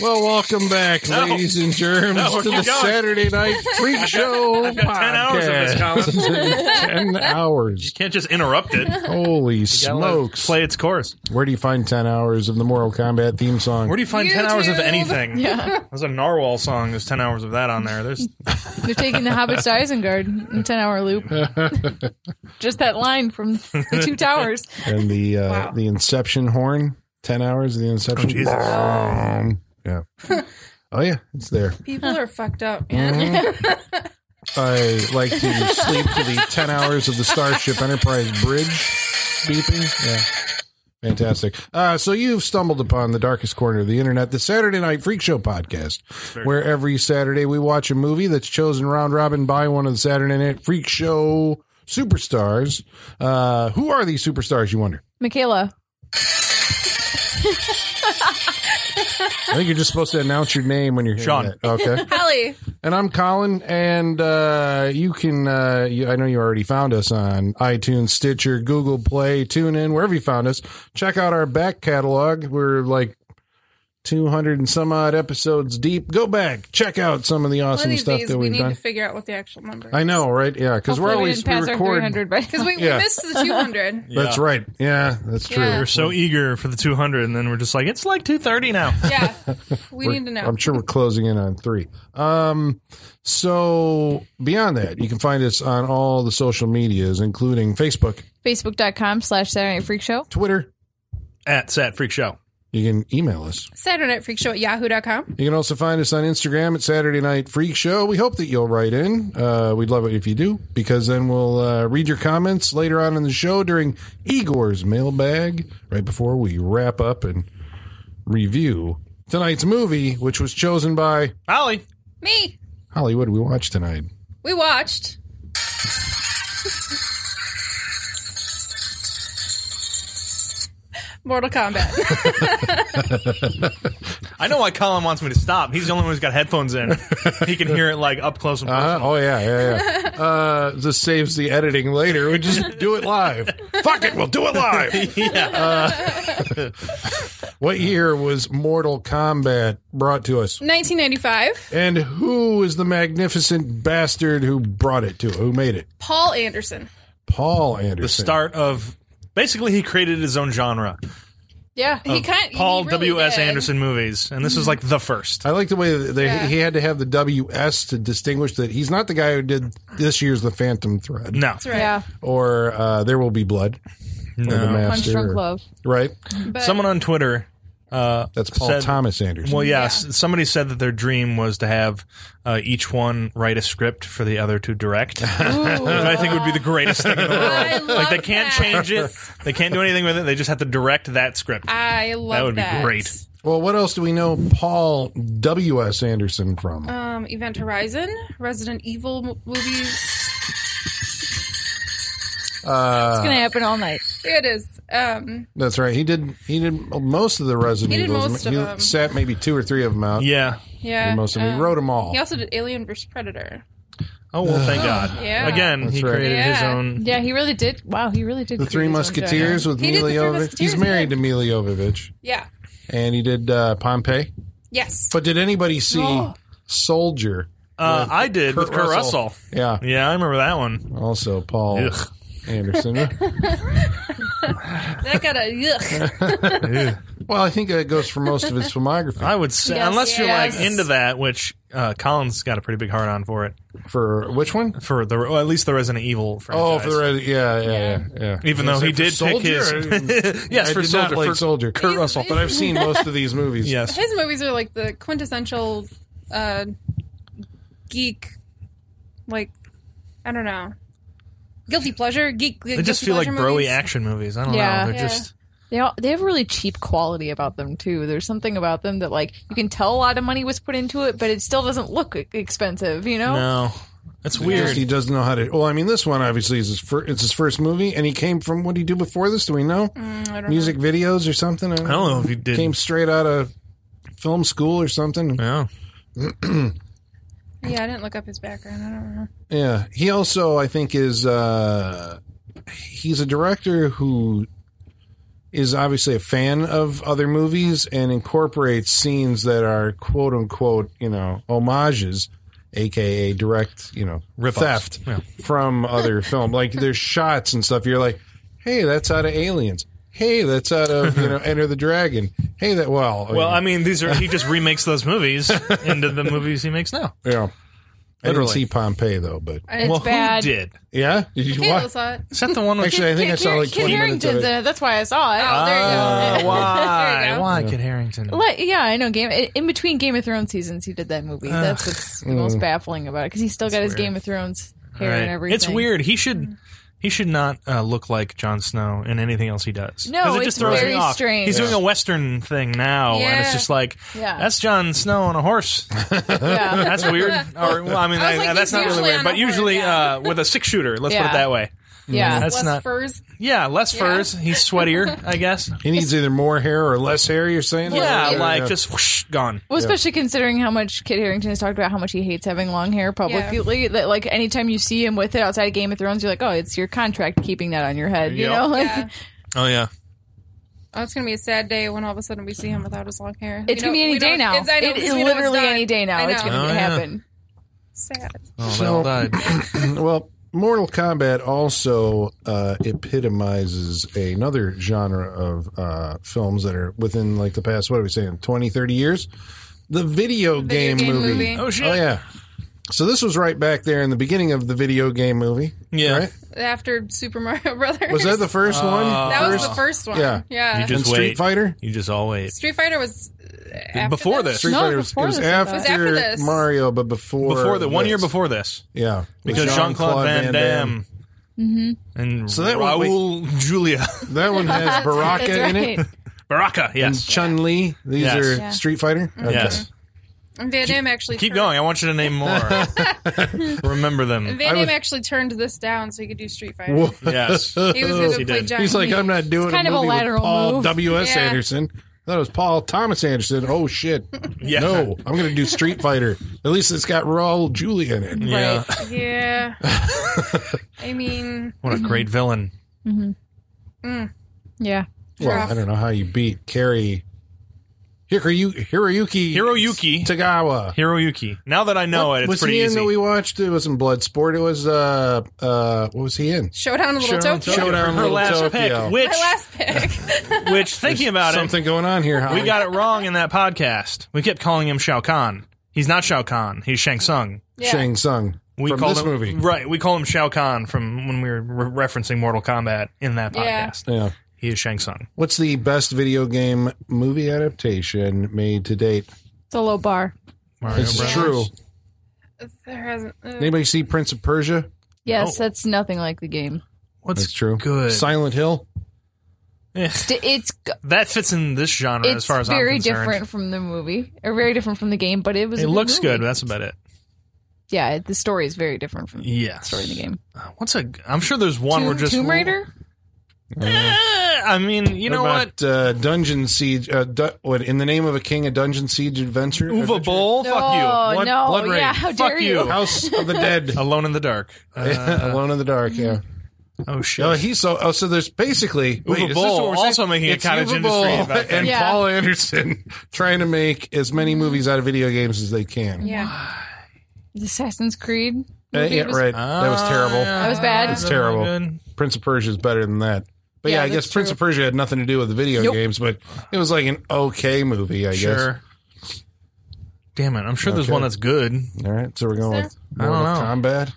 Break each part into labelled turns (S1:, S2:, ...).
S1: Well, welcome back,
S2: No.
S1: ladies and germs,
S2: No,
S1: to the
S2: keep going.
S1: Saturday Night Freak Show
S2: I've got 10 hours of this,
S1: podcast. ten hours.
S2: You can't just interrupt it.
S1: Holy
S2: Gotta let it
S1: smokes.
S2: Play its course.
S1: Where do you find 10 hours of the Mortal Kombat theme song?
S2: Where do you find 10 hours of
S3: YouTube.
S2: anything?
S3: Yeah.
S2: There's a narwhal song. There's 10 hours of that on there. There's
S3: They're taking the Hobbit to Isengard in 10 hour loop. Just that line from the two towers.
S1: and the uh,
S3: Wow.
S1: the Inception horn? 10 hours of the Inception.
S2: Oh, Jesus.
S1: Boom. Yeah. Oh, yeah, it's there.
S4: People are fucked up, man.
S1: Mhm. I like to sleep to the 10 hours of the Starship Enterprise bridge beeping. Yeah. Fantastic. Uh, so you've stumbled upon the darkest corner of the internet, the Saturday Night Freak Show podcast, where every Saturday we watch a movie that's chosen round robin by one of the Saturday Night Freak Show superstars. Uh, who are these superstars, you wonder?
S3: Michaela.
S1: I think you're just supposed to announce your name when you're hearing
S2: Sean.
S1: that. Okay.
S4: Hallie,
S1: And I'm Colin, and uh, you can, uh, you, I know you already found us on iTunes, Stitcher, Google Play, TuneIn, wherever you found us. Check out our back catalog. We're like 200 and some odd episodes deep. Go back, check out some of the
S4: one of
S1: awesome
S4: these
S1: stuff
S4: days
S1: that
S4: we
S1: we've
S4: need
S1: done.
S4: to figure out what the actual number is.
S1: I know, right? Yeah, because we're
S3: Hopefully
S1: always, we
S3: didn't pass our
S1: record.
S3: 300, but
S4: Because we,
S1: Yeah.
S4: we missed the 200.
S1: That's
S2: Yeah.
S1: right. Yeah, that's true.
S4: Yeah.
S2: We're so eager for the 200, and then we're just like, it's like 230 now.
S4: yeah. We
S1: We're-
S4: need to know.
S1: I'm sure we're closing in on three. Um, so beyond that, you can find us on all the social medias, including Facebook,
S3: Facebook.com slash Saturday Night Freak Show.
S1: Twitter,
S2: At Sat Freak Show.
S1: You can email us.
S4: Saturday Night Freak Show at yahoo.com.
S1: You can also find us on Instagram at Saturday Night Freak Show. We hope that you'll write in. Uh, we'd love it if you do, because then we'll uh, read your comments later on in the show during Igor's mailbag, right before we wrap up and review tonight's movie, which was chosen by
S2: Ollie.
S4: Me.
S1: Holly. What did we watch tonight?
S4: We watched. Mortal Kombat.
S2: I know why Colin wants me to stop. He's the only one who's got headphones in. he can hear it like up close and personal.
S1: Uh, oh yeah, yeah, yeah. Uh, this saves the editing later. We just do it live. Fuck it, we'll do it live.
S2: Yeah.
S1: What year was Mortal Kombat brought to us?
S4: 1995.
S1: And who is the magnificent bastard who brought it to? Who made it?
S4: Paul Anderson.
S1: Paul
S2: the
S1: Anderson.
S2: start of basically he created his own genre.
S3: Yeah.
S1: Oh.
S4: He kind
S2: Paul
S4: he really
S2: W. S.
S4: did.
S2: Anderson movies, and this is like the first.
S1: I like the way that they,
S4: Yeah.
S1: he had to have the WS to distinguish that he's not the guy who did this year's The Phantom Thread
S2: No,
S4: That's right.
S3: Yeah.
S1: or uh, There Will Be Blood. or The
S2: no.
S3: Punch
S1: Master.
S3: Drunk
S1: or-
S3: Love.
S1: Right?
S4: But
S2: Someone on Twitter. Uh,
S1: That's Paul
S2: said-
S1: Thomas Anderson.
S2: Well, yes. Somebody said that their dream was to have uh, each one write a script for the other to direct. Which I think would be the greatest thing in the world.
S4: I love
S2: Like they can't
S4: that.
S2: change it. They can't do anything with it. They just have to direct that script.
S4: I love
S2: would be great.
S1: Well, what else do we know Paul W.S. Anderson from?
S4: Um, Event Horizon, Resident Evil mo- movies.
S3: It's
S1: Uh,
S3: going to happen all night.
S4: It is. Um,
S1: That's right. He did he did most of the Resident
S4: He did
S1: Evils.
S4: most of
S1: he
S4: them.
S1: sat maybe two or three of them out.
S2: Yeah.
S4: yeah.
S1: Most of them.
S4: um,
S1: he wrote them all.
S4: He also did Alien vs Predator.
S2: Oh well, thank God.
S4: Yeah.
S2: Again,
S1: That's
S2: he
S1: right.
S2: created his
S4: Yeah.
S2: own.
S3: Yeah, he really did. Wow, he really did.
S1: The Three Musketeers with
S4: He did the Three
S1: Milojevic.
S4: Musketeers,
S1: He's married
S4: yeah.
S1: to Milojevic.
S4: Yeah.
S1: and he did uh, Pompeii.
S4: Yes.
S1: But did anybody see
S4: Oh.
S1: Soldier?
S2: Uh, I did
S1: Kurt
S2: with Kurt
S1: Russell.
S2: Russell.
S1: Yeah,
S2: Yeah, I remember that one.
S1: also Paul
S2: Ugh.
S1: Anderson.
S4: that got a ugh.
S1: well, I think that goes for most of his filmography.
S2: I would say,
S4: Yes,
S2: unless you're
S4: yes.
S2: like into that, which uh, Colin's got a pretty big heart on for it,
S1: for which one?
S2: for the well, at least the Resident Evil franchise.
S1: Oh, for the res- yeah, yeah, yeah, yeah.
S2: Even
S1: I
S2: though
S1: was
S2: he
S1: like, for
S2: did pick
S1: Soldier,
S2: his,
S1: I-
S2: yes,
S1: I
S2: for
S1: did
S2: Soldier,
S1: not like
S2: for-
S1: Soldier, Kurt
S4: He's-
S1: Russell. But I've seen most of these movies.
S2: yes,
S4: His movies are like the quintessential uh, geek, like I don't know, guilty pleasure geek.
S2: they just feel like broy
S4: movies.
S2: action movies. I don't
S3: Yeah.
S2: know. They're
S4: Yeah.
S2: just
S3: They all, they have a really cheap quality about them too. There's something about them that like you can tell a lot of money was put into it, but it still doesn't look e- expensive. You know?
S2: no. That's
S1: It's
S2: weird.
S1: just He doesn't know how to. Well, I mean, this one obviously is his first. It's his first movie, and he came from what did he do before this? Do we know?
S4: Mm, I don't
S1: Music videos or something?
S2: I don't know if he did.
S1: Came straight out of film school or something.
S2: yeah.
S4: know. Yeah, I didn't look up his background. I don't know.
S1: Yeah. He also, I think, is uh he's a director who is obviously a fan of other movies and incorporates scenes that are quote unquote, you know, homages, aka direct, you know,
S2: Rip-offs.
S1: theft
S2: Yeah.
S1: from other film. Like there's shots and stuff. You're like, hey, that's out of Aliens. Hey, that's out of you know Enter the Dragon. Hey, that well,
S2: Well, I mean, these are he just remakes those movies into the movies he makes now.
S1: yeah. I didn't
S2: Literally.
S1: see Pompeii though, but
S3: It's
S2: well,
S3: bad.
S2: who did?
S1: yeah, did you
S4: Kayla
S1: watch?
S4: saw it.
S2: Is that the one with
S1: Actually, I think I saw like
S3: Kid
S1: 20 minutes of
S3: Harington's
S1: it.
S3: in it. That's why I saw it.
S4: Oh, there you
S3: uh,
S2: Ah,
S4: go.
S2: why?
S4: There you go.
S2: Why Kid Harrington?
S3: Like, yeah, I know. Game in between Game of Thrones seasons, he did that movie.
S1: Ah.
S3: That's what's the
S1: Hmm.
S3: most baffling about it because he's still got his Game of Thrones hair and
S2: Right.
S3: everything.
S2: It's weird. He should he should not uh, look like Jon Snow in anything else he does.
S3: No,
S2: 'Cause it
S3: it's
S2: just throws
S3: very
S2: me off.
S3: strange.
S2: He's
S3: Yeah.
S2: doing a Western thing now, and it's
S4: Yeah.
S2: just like
S3: Yeah.
S2: that's Jon Snow on a horse.
S3: Yeah.
S2: That's weird. or well, I mean,
S4: I was
S2: I-
S4: like,
S2: that's
S4: he's
S2: not really
S4: usually
S2: weird,
S4: on
S2: but
S4: a horse,
S2: usually
S4: yeah.
S2: uh, with a six shooter. Let's put
S3: Yeah.
S2: it that way.
S3: yeah.
S2: That's
S4: Less
S2: not-
S4: furs.
S2: Yeah, less furs. He's sweatier, I guess.
S1: He needs either more hair or less hair. You're saying?
S2: Yeah,
S1: Or-
S2: like just whoosh, gone.
S3: Well, especially considering how much Kit Harrington has talked about how much he hates having long hair publicly. That like anytime you see him with it outside of Game of Thrones, you're like, oh, it's your contract keeping that on your head. You
S2: Yep.
S3: know, like,
S4: Yeah.
S2: Oh yeah.
S4: Oh, it's gonna be a sad day when all of a sudden we see him without his long hair.
S3: it's
S4: We
S3: gonna be
S4: know-
S3: any
S4: we
S3: day
S4: know-
S3: now.
S4: it's- I know,
S3: it
S4: because
S3: is
S4: we know it's
S3: literally
S4: done.
S3: any day now.
S4: I
S3: It's
S4: know.
S3: gonna
S2: Oh, yeah.
S3: happen.
S4: sad.
S2: Oh, they
S1: So-
S2: all died.
S1: well, Mortal Kombat also uh, epitomizes another genre of uh, films that are within like the past. What are we saying? 20, 30 years. The video, game,
S4: game
S1: movie.
S4: movie.
S2: Oh shit.
S1: Oh yeah. So this was right back there in the beginning of the video game movie.
S2: Yeah.
S1: Right?
S4: After Super Mario Brothers.
S1: Was that the first one?
S4: That was
S1: First-
S4: the first one.
S1: Yeah.
S4: Yeah.
S2: You Uh,
S1: and
S2: just
S1: Street
S2: wait.
S1: Fighter.
S2: You just all wait.
S4: Street Fighter was uh, after
S2: Before
S4: that?
S2: this.
S1: Street
S3: No,
S1: Fighter was,
S3: before
S1: it was
S3: this, I thought.
S4: It was after
S1: after
S4: this.
S1: Mario, but before
S2: Before the one year
S1: this.
S2: before this.
S1: Yeah,
S2: because Jean Claude Van, Damme. And
S1: So that one-
S2: Raul Julia
S1: That one has Baraka
S3: That's
S1: in it.
S3: right.
S2: Baraka.
S1: And
S2: Yes.
S1: Chun Li. These
S2: Yes.
S1: are
S2: Yeah.
S1: Street Fighter.
S3: Mm-hmm.
S1: Okay.
S2: Yes.
S4: And Van Damme actually
S2: Keep
S4: turned-
S2: going. I want you to name more. Remember them.
S4: Van
S1: I was-
S4: Damme actually turned this down so he could do Street Fighter.
S1: Whoa.
S2: Yes.
S4: He was going
S2: He
S4: to play
S2: did.
S4: Johnny.
S1: He's like, I'm not doing
S3: kind
S1: a
S3: of a
S1: movie with
S3: lateral
S1: Paul
S3: move.
S1: W. S.
S4: Yeah.
S1: Anderson. That was Paul Thomas Anderson. Oh shit!
S2: Yeah.
S1: No, I'm going to do Street Fighter. At least it's got Raul Julia in it.
S2: Yeah.
S4: Yeah. I mean,
S2: What a great villain.
S3: Yeah.
S1: Well, I don't know how you beat Kerry Hirayu, Hiroyuki
S2: Hiroyuki.
S1: Tagawa.
S2: Hiroyuki. Now that I know it, it's
S1: was
S2: pretty
S1: he in
S2: easy.
S1: that we watched? It was in Bloodsport. It was uh uh. What was he in?
S4: Showdown in Little
S1: Showdown-
S4: Tokyo.
S1: Showdown- Down
S2: her
S1: Little
S2: last
S1: Tokyo.
S2: pick, which
S4: My last pick.
S2: which thinking about it,
S1: Something going on here. Holly.
S2: we got it wrong in that podcast. We kept calling him Shao Kahn. He's not Shao Kahn. He's Shang Tsung.
S4: Yeah.
S1: Shang Tsung
S2: We
S1: from
S2: call
S1: this
S2: him,
S1: movie.
S2: Right. We call him Shao Kahn from when we were re- referencing Mortal Kombat in that
S4: Yeah.
S2: podcast.
S1: Yeah.
S2: He is Shang Tsung.
S1: What's the best video game movie adaptation made to date?
S3: It's a low bar.
S2: Mario
S1: This is
S2: Brothers.
S1: true.
S4: There hasn't. uh,
S1: Anybody see Prince of Persia?
S3: Yes, that's nothing like the game.
S2: What's
S1: That's true.
S2: Good.
S1: Silent Hill.
S2: Eh,
S3: It's- It's
S2: that fits in this genre
S3: it's
S2: as far as I'm
S3: very
S2: concerned.
S3: different from the movie, or very different from the game, but it was. a
S2: It looks
S3: movie.
S2: good. But that's about it.
S3: Yeah, it- the story is very different from
S2: Yeah.
S3: the story in the game.
S2: Uh, What's a? I'm sure there's one
S3: Tomb,
S2: where just
S3: Tomb Raider.
S2: Eh, I mean, you know
S1: What
S2: what?
S1: about, Uh, Dungeon Siege. Uh, du- what in the name of a king? A Dungeon Siege adventure.
S2: Uva Bowl. Fuck you.
S3: Oh,
S2: Blood-
S3: no.
S2: Blood Rage.
S3: Yeah, how
S2: Fuck
S3: dare
S2: you.
S3: you.
S1: House of the Dead.
S2: Alone in the dark. Uh,
S1: Alone in the Dark. Yeah.
S2: oh shit.
S1: Oh, he's so. Oh, so there's basically Uva
S2: Boll also making a cottage industry about that.
S1: and
S3: Yeah.
S1: Paul Anderson trying to make as many movies out of video games as they can.
S4: yeah.
S3: Assassin's Creed.
S1: Uh,
S3: movie
S1: yeah,
S3: was-
S1: right. that was terrible.
S2: Ah.
S3: That was bad.
S2: Uh,
S1: It's terrible. Prince of Persia is better than that. But yeah,
S3: Yeah,
S1: I guess
S3: that's
S1: Prince
S3: true.
S1: of Persia had nothing to do with the video
S3: Nope.
S1: games, but it was like an okay movie, I
S2: Sure. Damn it! I'm sure there's
S1: Okay.
S2: one that's good.
S1: guess. All right, so we're going with
S2: I don't
S1: Mortal
S2: know.
S1: Kombat.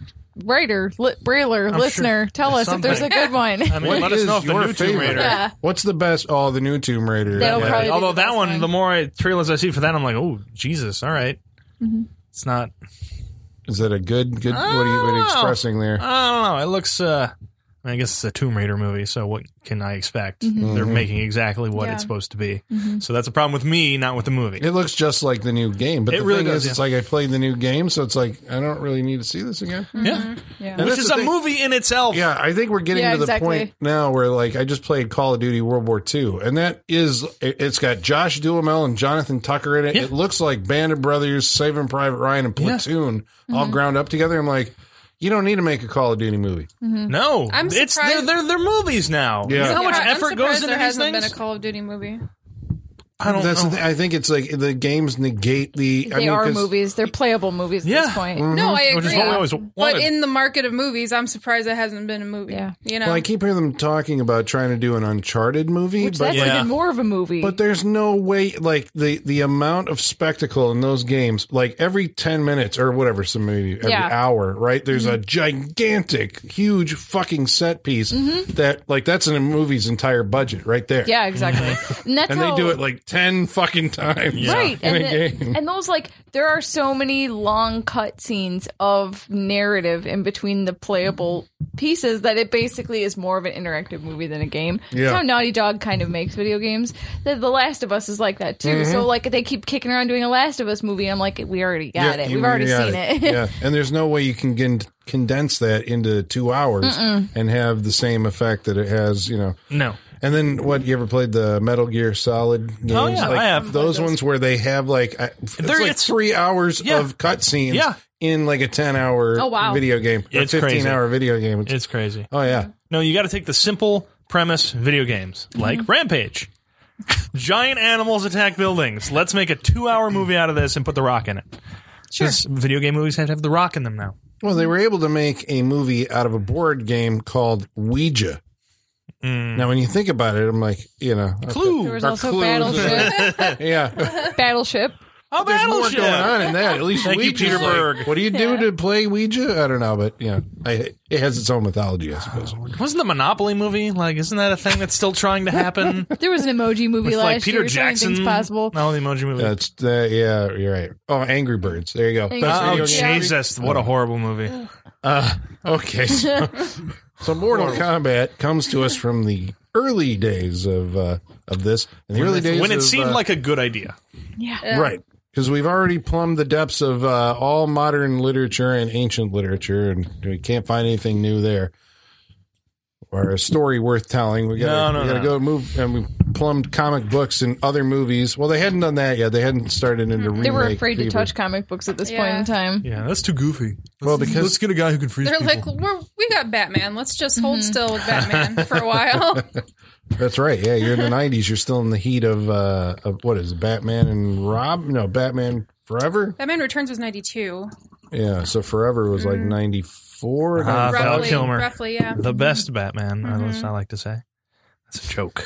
S3: Writer, li- brailer, listener, tell us
S2: Something.
S3: if there's a good one.
S2: I mean, let us know if the new Tomb Raider.
S3: Yeah.
S1: What's the best? Oh, the new Tomb Raider.
S3: That'll
S1: Yeah.
S3: probably- be
S2: Although
S3: the
S2: that
S3: best
S2: one,
S3: one.
S2: the more I, trailers I see for that, I'm like, oh Jesus! All right.
S3: Mm-hmm.
S2: it's not.
S1: is that a good? Good. What are you what are you
S2: Oh.
S1: expressing there?
S2: I don't know. It looks. uh I, mean, I guess it's a Tomb Raider movie, so what can I expect?
S3: Mm-hmm.
S1: Mm-hmm.
S2: They're making exactly what
S4: Yeah.
S2: it's supposed to be. So that's a problem with me, not with the movie.
S1: It looks just like the new game, but
S2: It
S1: the
S2: really
S1: thing
S2: does,
S1: is, it's
S2: yeah.
S1: like I played the new game, so it's like I don't really need to see this again.
S3: Mm-hmm.
S2: Yeah.
S3: Yeah.
S1: And
S2: Which
S1: that's
S2: is
S1: the
S2: a
S1: thing.
S2: movie in itself.
S1: Yeah, I think we're getting
S3: Yeah,
S1: to the
S3: exactly.
S1: point now where like I just played Call of Duty World War II, and that is it- it's got Josh Duhamel and Jonathan Tucker in it.
S2: Yeah.
S1: It looks like Band of Brothers, Saving Private Ryan, and
S2: Yeah.
S1: Platoon
S3: Mm-hmm.
S1: all ground up together. I'm like, you don't need to make a Call of Duty movie.
S2: No.
S4: I'm
S2: it's they're,
S4: surprised-
S2: they're, they're movies now.
S1: Yeah.
S2: You know how much
S4: I'm
S2: effort
S4: surprised
S2: goes into
S4: there
S2: these
S4: hasn't
S2: things?
S4: been a Call of Duty movie.
S1: Mm-hmm.
S2: I don't
S1: That's
S2: know.
S1: the thing. I think it's like the games negate the.
S3: They
S1: I mean,
S3: are
S1: 'cause-
S3: movies. They're playable movies at
S2: Yeah.
S3: this point.
S1: Mm-hmm.
S4: No, I agree.
S2: Which is what we always wanted.
S4: but in the market of movies, I'm surprised there hasn't been a movie.
S3: Yeah.
S4: You know,
S1: Well, I keep hearing them talking about trying to do an Uncharted movie,
S3: Which
S1: but
S3: that's
S2: Yeah.
S3: even more of a movie.
S1: But there's no way, like the the amount of spectacle in those games, like every ten minutes or whatever, so maybe every
S3: Yeah. Mm-hmm.
S1: hour, right? There's a gigantic, huge fucking set piece that, like, that's in a movie's entire budget right there.
S3: Mm-hmm. yeah, exactly. and that's
S1: and
S3: how,
S1: they do it like ten fucking times,
S3: right.
S1: In
S3: And,
S1: a
S3: the-
S1: game.
S3: and those like there are so many long cut scenes of narrative in between the playable pieces that it basically is more of an interactive movie than a game.
S1: Yeah.
S3: That's how Naughty Dog kind of makes video games. The, the Last of Us is like that too.
S1: Mm-hmm.
S3: So like they keep kicking around doing a Last of Us movie. I'm like, we already got it.
S1: you
S3: We've already
S1: got
S3: seen it.
S1: yeah, and there's no way you can gen- condense that into two hours and have the same effect that it has, you know.
S2: no.
S1: And then what? You ever played the Metal Gear Solid games?
S2: Oh, yeah,
S1: like,
S2: I have.
S1: those ones where they have like I- it's
S2: They're-
S1: like
S2: it's-
S1: three hours
S2: Yeah.
S1: of cutscenes
S2: Yeah.
S1: in like a ten hour
S3: Oh, wow.
S1: video game, or
S2: It's
S1: fifteen
S2: crazy.
S1: hour video game. It's-
S2: It's crazy.
S1: oh yeah,
S2: No, you got to take the simple premise video games like Rampage. Giant animals attack buildings. Let's make a two hour movie out of this and put The Rock in it. Sure. Video game movies have to have The Rock in them now.
S1: well they were able to make a movie out of a board game called Ouija.
S2: Mm.
S1: Now, when you think about it, I'm like, you know,
S3: There
S2: Clue.
S3: was
S1: Or
S3: also
S1: Clues.
S3: Battleship.
S1: yeah,
S3: Battleship.
S2: Oh,
S1: there's more
S2: Battleship.
S1: going on in that. At least
S2: Thank you,
S1: Ouija's
S2: Peter
S1: like,
S2: Berg.
S1: what do you do to play Ouija? I don't know, but yeah, I, it has its own mythology, I suppose.
S2: Wasn't the Monopoly movie like? Isn't that a thing that's still trying to happen?
S3: There was an emoji movie
S2: With
S3: last
S2: like Peter
S3: year. so anything's
S2: Jackson.
S3: possible.
S2: No, the Emoji movie.
S1: That's uh, yeah, you're right. Oh, Angry Birds. There you go.
S3: Angry
S1: Best
S2: oh
S1: video game.
S2: Jesus! What a horrible movie.
S1: Okay. So, so Mortal Kombat comes to us from the early days of uh, of this. In the early days
S2: when it
S1: of,
S2: seemed
S1: uh,
S2: like a good idea.
S3: Yeah.
S1: right. Because we've already plumbed the depths of uh, all modern literature and ancient literature, and we can't find anything new there, or a story worth telling. We gotta,
S2: No, no,
S1: we gotta
S2: no.
S1: go move, and we plumbed comic books and other movies. Well, they hadn't done that yet. They hadn't started into
S2: Mm-hmm.
S1: remake.
S3: They were afraid to
S1: fever.
S3: touch comic books at this point
S4: Yeah.
S3: in time.
S2: Yeah, that's too goofy.
S1: Well, because- let's
S2: get a guy who can freeze
S4: they're like, we're, we got Batman. Let's just hold still with Batman for a while.
S1: That's right. Yeah, you're in the '90s. You're still in the heat of uh, of what is it, Batman and Rob? No, Batman Forever.
S4: Batman Returns was 92.
S1: Yeah, so Forever was like '94.
S2: Ah, Val
S4: Roughly,
S2: Kilmer.
S4: roughly, yeah.
S2: the best Batman. I
S4: Mm-hmm.
S2: That's what I like to say. That's a joke.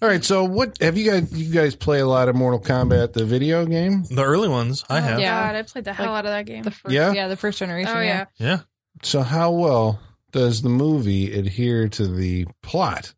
S1: All right. So what have you guys? You guys play a lot of Mortal Kombat, the video game.
S2: The early ones
S4: Oh,
S2: I have.
S3: yeah.
S4: God, I played the hell out of that game.
S3: The first,
S1: Yeah?
S3: yeah. the first generation.
S4: oh, yeah.
S2: yeah.
S1: So how well does the movie adhere to the plot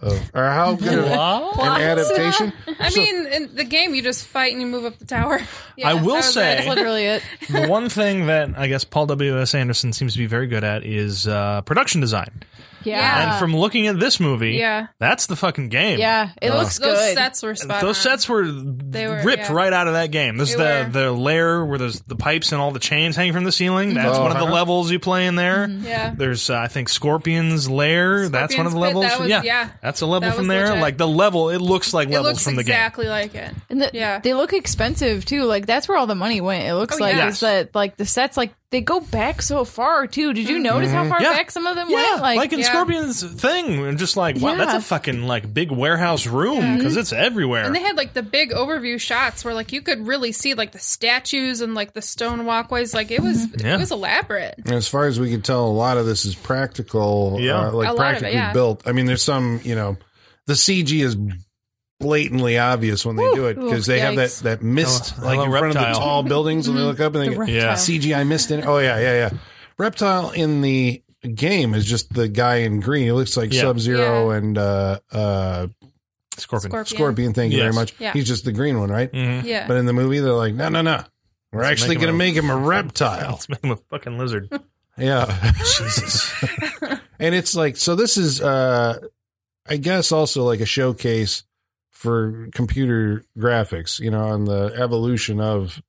S1: of, or how good of an adaptation?
S4: I mean, in the game, you just fight and you move up the tower.
S2: I will
S4: that was
S2: say-
S4: it.
S3: That's literally it.
S2: the one thing that I guess Paul W. S. Anderson seems to be very good at is uh, production design.
S4: Yeah.
S2: and from looking at this movie,
S4: Yeah.
S2: that's the fucking game.
S3: yeah, it looks
S4: those,
S3: good.
S4: those sets were spot
S2: Those
S4: on.
S2: sets were,
S4: um, were-
S2: ripped
S4: yeah.
S2: right out of that game. This is
S4: They
S2: the, the lair where there's the pipes and all the chains hanging from the ceiling.
S4: Mm-hmm.
S2: That's one of the
S1: Uh-huh.
S2: levels you play in there.
S4: Yeah.
S2: There's, uh, I think, Scorpion's Lair. that's one of the
S4: Scorpion's Pit,
S2: levels.
S4: that was- yeah.
S2: that's a level
S4: That
S2: from
S4: was
S2: there.
S4: legit.
S2: Like the level, it looks like
S4: It
S2: levels
S4: looks
S2: from the
S4: exactly like it.
S3: and the,
S4: Yeah.
S3: they look expensive too. Like that's where all the money went. It looks
S4: Oh,
S3: like
S4: yeah.
S3: is that like the sets like they go back so far too. Did you notice how far
S2: Mm-hmm. Yeah.
S3: back some of them
S2: game. Yeah,
S3: went?
S2: like, in
S4: yeah.
S2: Scorpion's thing, and just like wow,
S3: Yeah.
S2: that's a fucking like big warehouse room because it's everywhere.
S4: And they had like the big overview shots where like you could really see like the statues and like the stone walkways. Like it was
S2: Mm-hmm. Yeah.
S4: it was elaborate.
S1: As far as we can tell, a lot of this is practical,
S2: Yeah.
S1: uh, like
S4: A lot of it,
S1: practically
S4: yeah.
S1: built. I mean, there's some, you know, the CG is blatantly obvious when they do it because they have that,
S3: Yikes.
S1: that mist
S2: Hello-
S1: like in
S2: hello,
S1: front of the
S2: reptile.
S1: tall buildings and they look up and they
S3: The
S1: go,
S2: Yeah.
S1: CGI mist in it. Oh, yeah, yeah, yeah. Reptile in the game is just the guy in green. He looks like
S2: Yeah.
S1: Sub Zero
S4: Yeah.
S1: and uh, uh,
S2: Scorpion.
S4: Scorpion.
S1: Scorpion. Thank you
S2: Yes.
S1: very much.
S4: Yeah.
S1: He's just the green one, right?
S2: Mhm.
S4: Yeah.
S1: But in the movie, they're like, no, no, no. We're actually
S2: make
S1: going to
S2: him a-
S1: make him a reptile.
S2: Let's make him a fucking lizard.
S4: Mm-hmm.
S1: Yeah. Jesus. and it's like so this is uh I guess also like a showcase for computer graphics, you know, on the evolution of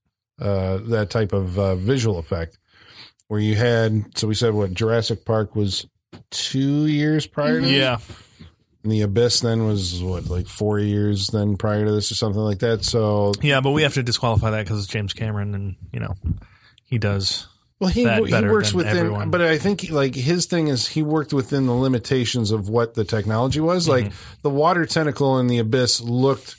S1: uh that type of uh, visual effect where you had so we said what Jurassic Park was 2 years prior to this?
S2: yeah.
S1: and the abyss then was what like 4 years then prior to this or something like that. So
S2: Yeah, but we have to disqualify that because it's James Cameron and, you know, he does.
S1: Well, he,
S2: that
S1: he
S2: better
S1: works
S2: than
S1: within,
S2: everyone.
S1: but I think like his thing is he worked within the limitations of what the technology was.
S2: Mm-hmm.
S1: Like the water tentacle in the abyss looked,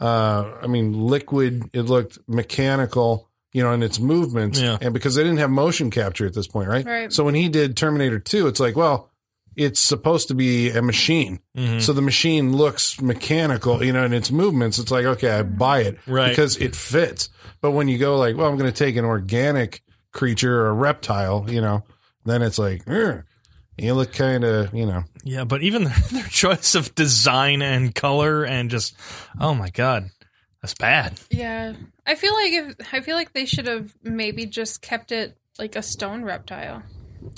S1: uh, I mean, liquid. It looked mechanical, you know, in its movements,
S2: Yeah.
S1: and because they didn't have motion capture at this point, right?
S4: Right.
S1: So when he did Terminator Two, it's like, well, it's supposed to be a machine, so the machine looks mechanical, you know, in its movements. It's like, okay, I buy it,
S2: Right.
S1: Because it fits. But when you go like, well, I'm going to take an organic creature or a reptile, you know, then it's like, "Er, you look kind of, you know,
S2: Yeah, but even their, their choice of design and color and just, oh my God, that's bad.
S4: Yeah, I feel like if I feel like they should have maybe just kept it like a stone reptile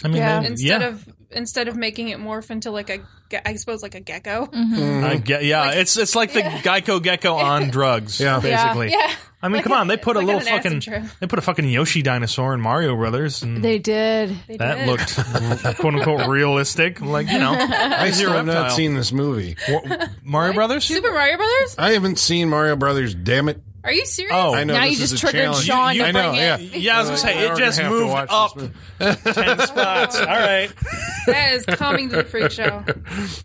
S2: I mean,
S3: Yeah.
S2: they- Mm-hmm.
S4: instead
S2: yeah.
S4: of instead of making it morph into like a ge- I suppose like a gecko.
S3: Mm-hmm.
S2: I
S1: Mm-hmm.
S2: get, yeah, it's it's like the Geico Gecko on drugs,
S1: Yeah.
S2: basically.
S4: Yeah,
S2: I mean,
S4: Like
S2: come on, they put a
S4: like
S2: little
S4: on an acid
S2: fucking
S4: trip.
S2: they put a fucking Yoshi dinosaur in Mario Brothers, and
S3: They did.
S4: They
S2: that
S4: did.
S2: looked quote unquote realistic. Like you know,
S1: I still have not
S2: reptile.
S1: seen this movie.
S2: Wa- Mario Brothers.
S4: Super Mario Brothers.
S1: I haven't seen Mario Brothers. Damn it!
S4: Are you serious?
S2: Oh,
S1: I know
S3: Now
S1: this
S3: you
S1: is
S3: just
S1: a
S3: triggered
S1: challenge.
S3: Sean to
S1: I know,
S3: bring
S1: yeah.
S3: it.
S2: yeah, I was gonna say
S1: An
S2: it
S1: hour
S2: just
S1: and a half to
S2: moved
S1: watch this
S2: up
S1: movie.
S2: ten spots. All right,
S4: That is coming to the freak show.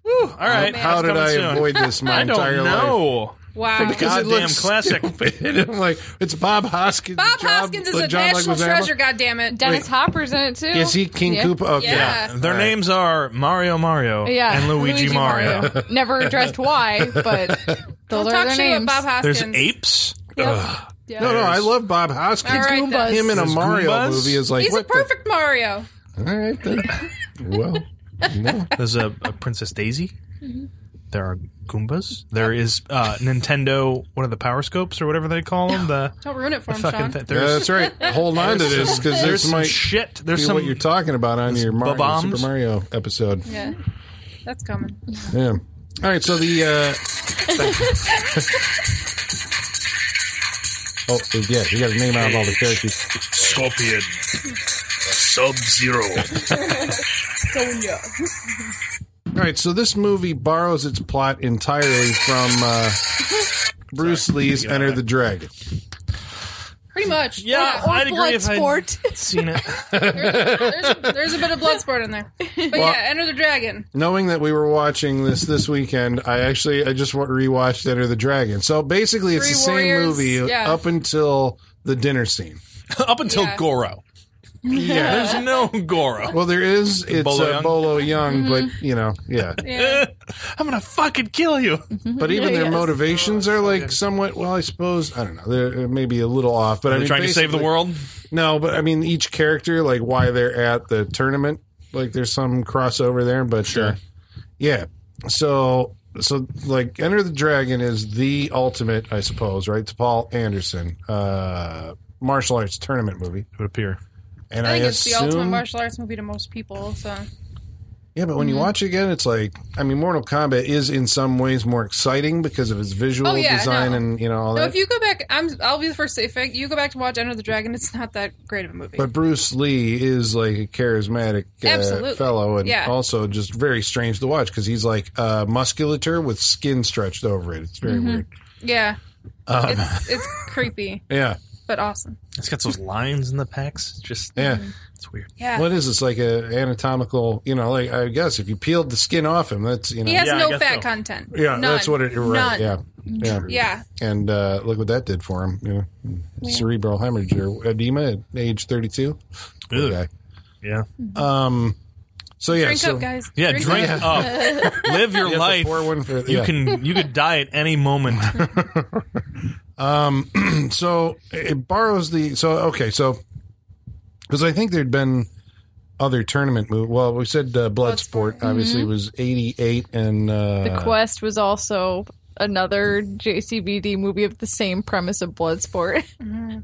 S2: Whew, all right.
S1: How
S2: It's
S1: did
S2: coming
S1: I
S2: soon.
S1: avoid this my
S2: I
S1: entire
S2: don't
S1: life?
S2: know.
S4: Wow.
S1: Because it
S2: Goddamn
S1: looks
S2: classic.
S1: And I'm like, it's Bob Hoskins.
S4: Bob
S1: John-
S4: Hoskins is a
S1: John
S4: national
S1: Leguizamo.
S4: treasure. God damn it.
S3: Dennis Hopper's in it too.
S1: Is he King
S3: Yeah.
S1: Koopa? Okay.
S4: Yeah.
S2: Their names are Mario Mario
S3: Yeah,
S2: and Luigi, Mario.
S3: Never addressed why, but those
S4: Don't
S3: are
S4: talk
S3: their
S4: shit
S3: names.
S4: about Bob Hoskins.
S2: There's apes.
S3: Yeah.
S1: No, no, I love Bob Hoskins.
S4: All right,
S3: Goombas.
S4: then.
S1: Him in a
S2: There's
S1: Mario
S2: Goombas?
S1: movie is like
S4: He's a
S1: what the-
S4: perfect Mario.
S1: All right then. well, no.
S2: There's a, a Princess Daisy. There are Goombas. There is uh, Nintendo. What are the Power Scopes or whatever they call them? The
S4: Don't ruin it for him,
S2: fucking
S4: Sean.
S2: th-
S1: Yeah,
S2: there's
S1: that's right. Hold on to this because
S2: there's
S1: this
S2: some
S1: might
S2: shit. There's
S1: be
S2: some
S1: what you're talking about on your Mario,
S2: bombs.
S1: Super Mario episode. Yeah.
S4: yeah, that's coming.
S1: All right. So the. Uh, oh yeah, you got to name out all the characters.
S5: Scorpion. Sub Zero.
S1: All right, so this movie borrows its plot entirely from uh, Bruce Lee's Enter the Dragon.
S4: Pretty much.
S2: yeah.
S3: Or
S2: I'd agree if
S3: Bloodsport.
S2: I'd seen it.
S4: There's a, there's a bit of blood sport in there. But yeah, Enter the Dragon.
S1: knowing that we were watching this this weekend, I actually I just wa- rewatched Enter the Dragon. So basically, it's
S4: Three
S1: the same
S4: Warriors,
S1: movie
S4: yeah.
S1: up until the dinner scene.
S2: Up until
S4: Yeah.
S2: Goro.
S1: Yeah.
S2: There's no Goro.
S1: well, there is it's
S2: Bolo
S1: Bolo, uh,
S2: Young?
S1: Bolo Young, but you know, yeah.
S4: Mm-hmm. Yeah.
S2: I'm gonna fucking kill you.
S1: But even their
S3: Yes.
S1: motivations
S2: Oh,
S1: are like somewhat. Well, I suppose I don't know. They're maybe a little off. But I
S2: They're
S1: mean,
S2: trying to save the
S1: basically-
S2: world.
S1: No, but I mean, each character, like why they're at the tournament, like there's some crossover there, but sure. yeah. So, so like Enter the Dragon is the ultimate, I suppose, right? To Paul Anderson, uh, martial arts tournament movie.
S2: It would appear.
S1: And
S4: I
S1: I,
S4: think it's
S1: assume,
S4: the ultimate martial Mm-hmm. arts movie to most people. So
S1: yeah, but when you watch it again, it's like, I mean, Mortal Kombat is in some ways more exciting because of its visual
S4: Oh, yeah,
S1: design
S4: no.
S1: and, you know, all
S4: so
S1: that.
S4: if you go back, I'm I'll be the first to say if you go back to watch Enter the Dragon, it's not that great of a movie.
S1: But Bruce Lee is like a charismatic uh,
S4: Absolutely.
S1: fellow, and
S4: Yeah.
S1: also just very strange to watch because he's like uh, musculature with skin stretched over it. It's very weird. Um,
S4: yeah, Mm-hmm. it's it's creepy
S1: Yeah,
S4: but awesome.
S2: It's got those lines in the packs. Just
S1: yeah.
S2: it's weird.
S4: Yeah,
S1: What is this like a anatomical? You know, like I guess if you peeled the skin off him, that's you know,
S4: he has
S2: Yeah, I
S4: no
S2: guess
S4: fat
S2: so.
S4: content.
S1: yeah,
S4: None.
S1: that's what it. Right,
S4: None.
S1: yeah, yeah,
S4: Mm-hmm. Yeah,
S1: And uh, look what that did for him. You know, cerebral hemorrhage or edema at age thirty-two.
S2: Ugh.
S1: Okay.
S2: Yeah.
S1: Um. So yeah,
S4: drink
S1: so
S4: up, guys.
S2: Yeah. Drink
S4: up.
S2: up. Live your
S1: you have to
S2: life.
S1: pour one for-
S2: You
S1: yeah.
S2: can you could die at any moment.
S1: so it borrows the so okay so because I think there'd been other tournament move. Well, we said uh, Bloodsport obviously was eighty eight and uh,
S3: mm-hmm. The Quest was also another JCBD movie of the same premise of Bloodsport.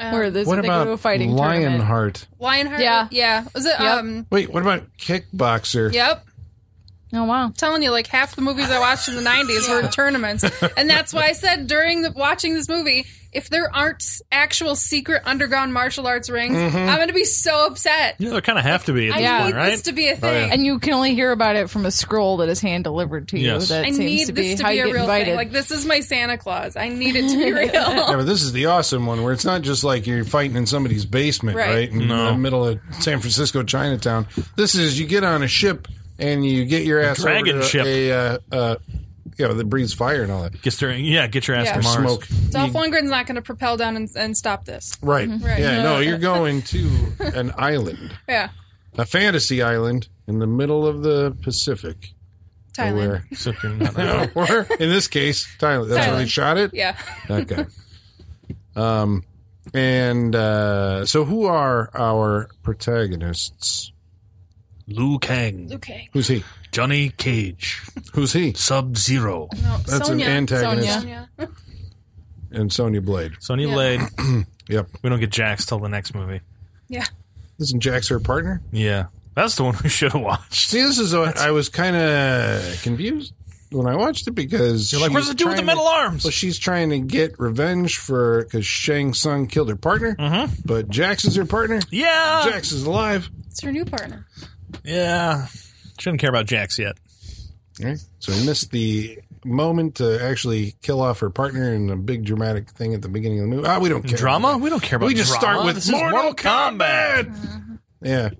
S3: Where there's
S1: What
S3: they go
S1: about
S3: to a fighting tournament.
S1: Lionheart?
S4: Uh, Lionheart.
S3: Yeah.
S4: Yeah. Was it?
S3: Yep.
S4: Um.
S1: Wait, what about Kickboxer?
S4: Yep.
S3: Oh wow.
S4: telling you, like half the movies I watched in the '90s were tournaments, and that's why I said during the, watching this movie, if there aren't s- actual secret underground martial arts rings, I'm going to be so upset.
S2: You know, they kind of have to be at this
S3: Mm-hmm.
S4: I
S3: Yeah.
S4: need
S2: point, right?
S4: this to be a thing.
S3: And you can only hear about it from a scroll that is hand delivered to you.
S2: Yes.
S3: That
S4: I
S3: seems
S4: need
S3: to be
S4: this to
S3: how
S4: be
S3: you
S4: a
S3: get
S4: real
S3: invited.
S4: thing. Like this is my Santa Claus. I need it to be
S1: Yeah,
S4: real.
S1: but this is the awesome one where it's not just like you're fighting in somebody's basement, right?
S4: Right.
S1: In the middle of San Francisco Chinatown. This is you get on a ship and you get your ass
S2: dragon
S1: over to
S2: ship.
S1: a uh, uh, yeah, that breathes fire and all that
S2: Get your- yeah, get your ass
S4: Yeah.
S2: to Mars.
S1: smoke.
S4: Dolph Lundgren's not going to propel down and, and stop this.
S1: Right.
S4: Right.
S1: Yeah. No, you're going to an island,
S4: Yeah,
S1: a fantasy island in the middle of the Pacific,
S4: Thailand.
S1: where,
S2: So if you're not-
S1: or in this case, Thailand. That's where they
S4: Thailand.
S1: shot it.
S4: Yeah,
S1: Okay. Um, and uh, so who are our protagonists?
S2: Liu Kang,
S4: okay.
S1: Who's he?
S2: Johnny Cage,
S1: Who's he?
S2: Sub Zero,
S4: No,
S1: That's
S4: Sonya.
S1: an antagonist
S3: Sonya.
S4: Sonya.
S1: and Sonya Blade.
S2: Sonya
S4: Yeah.
S2: Blade.
S1: Yep.
S2: We don't get Jax till the next movie.
S4: Yeah,
S1: Isn't Jax her partner?
S2: Yeah, that's the one we should have watched.
S1: See, this is what I was kind of confused when I watched it because
S2: You're like, what
S1: she's
S2: does it do with the
S1: trying
S2: metal
S1: to-
S2: arms?
S1: Well, she's trying to get revenge for because Shang Tsung killed her partner, but Jax is her partner.
S2: Mm-hmm. yeah,
S1: Jax is alive.
S4: it's her new partner.
S2: yeah. Shouldn't care about Jax yet.
S1: Right. So we missed the moment to actually kill off her partner in a big dramatic thing at the beginning of the movie. Ah, we don't care.
S2: Drama? We don't care about.
S1: We just
S2: drama.
S1: start with
S2: this is Mortal Kombat.
S1: Yeah.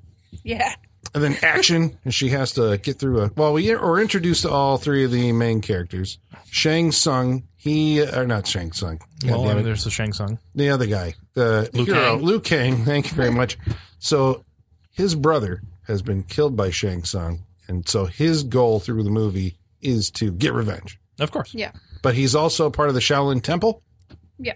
S4: Yeah,
S1: And then action, and she has to get through a. Well, we are introduced to all three of the main characters. Shang Tsung, he or not Shang Tsung. God
S2: Well, I
S1: damn
S2: mean,
S1: it.
S2: there's the Shang Tsung.
S1: the other guy, the
S2: Liu
S1: hero,
S2: Kang.
S1: Liu Kang. Thank you very much. So his brother has been killed by Shang Tsung, and so his goal through the movie is to get revenge.
S2: Of course.
S4: yeah,
S1: But he's also part of the Shaolin Temple.
S4: yeah.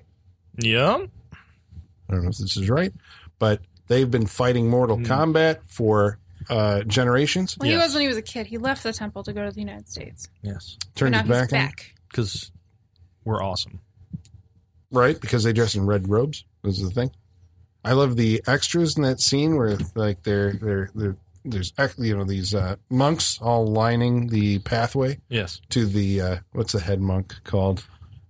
S2: Yeah.
S1: I don't know if this is right, but they've been fighting Mortal
S2: Hmm.
S1: Kombat for uh, generations.
S4: Well, he
S2: Yes.
S4: was when he was a kid. He left the temple to go to the United States.
S2: Yes.
S1: Turned
S4: now
S1: his
S4: he's
S1: back, on
S4: back.
S2: Because we're awesome.
S1: right because they dress in red robes. This is the thing. I love the extras in that scene where like they're they're, they're there's act- you know these uh, monks all lining the pathway
S2: Yes.
S1: to the uh, what's the head monk called?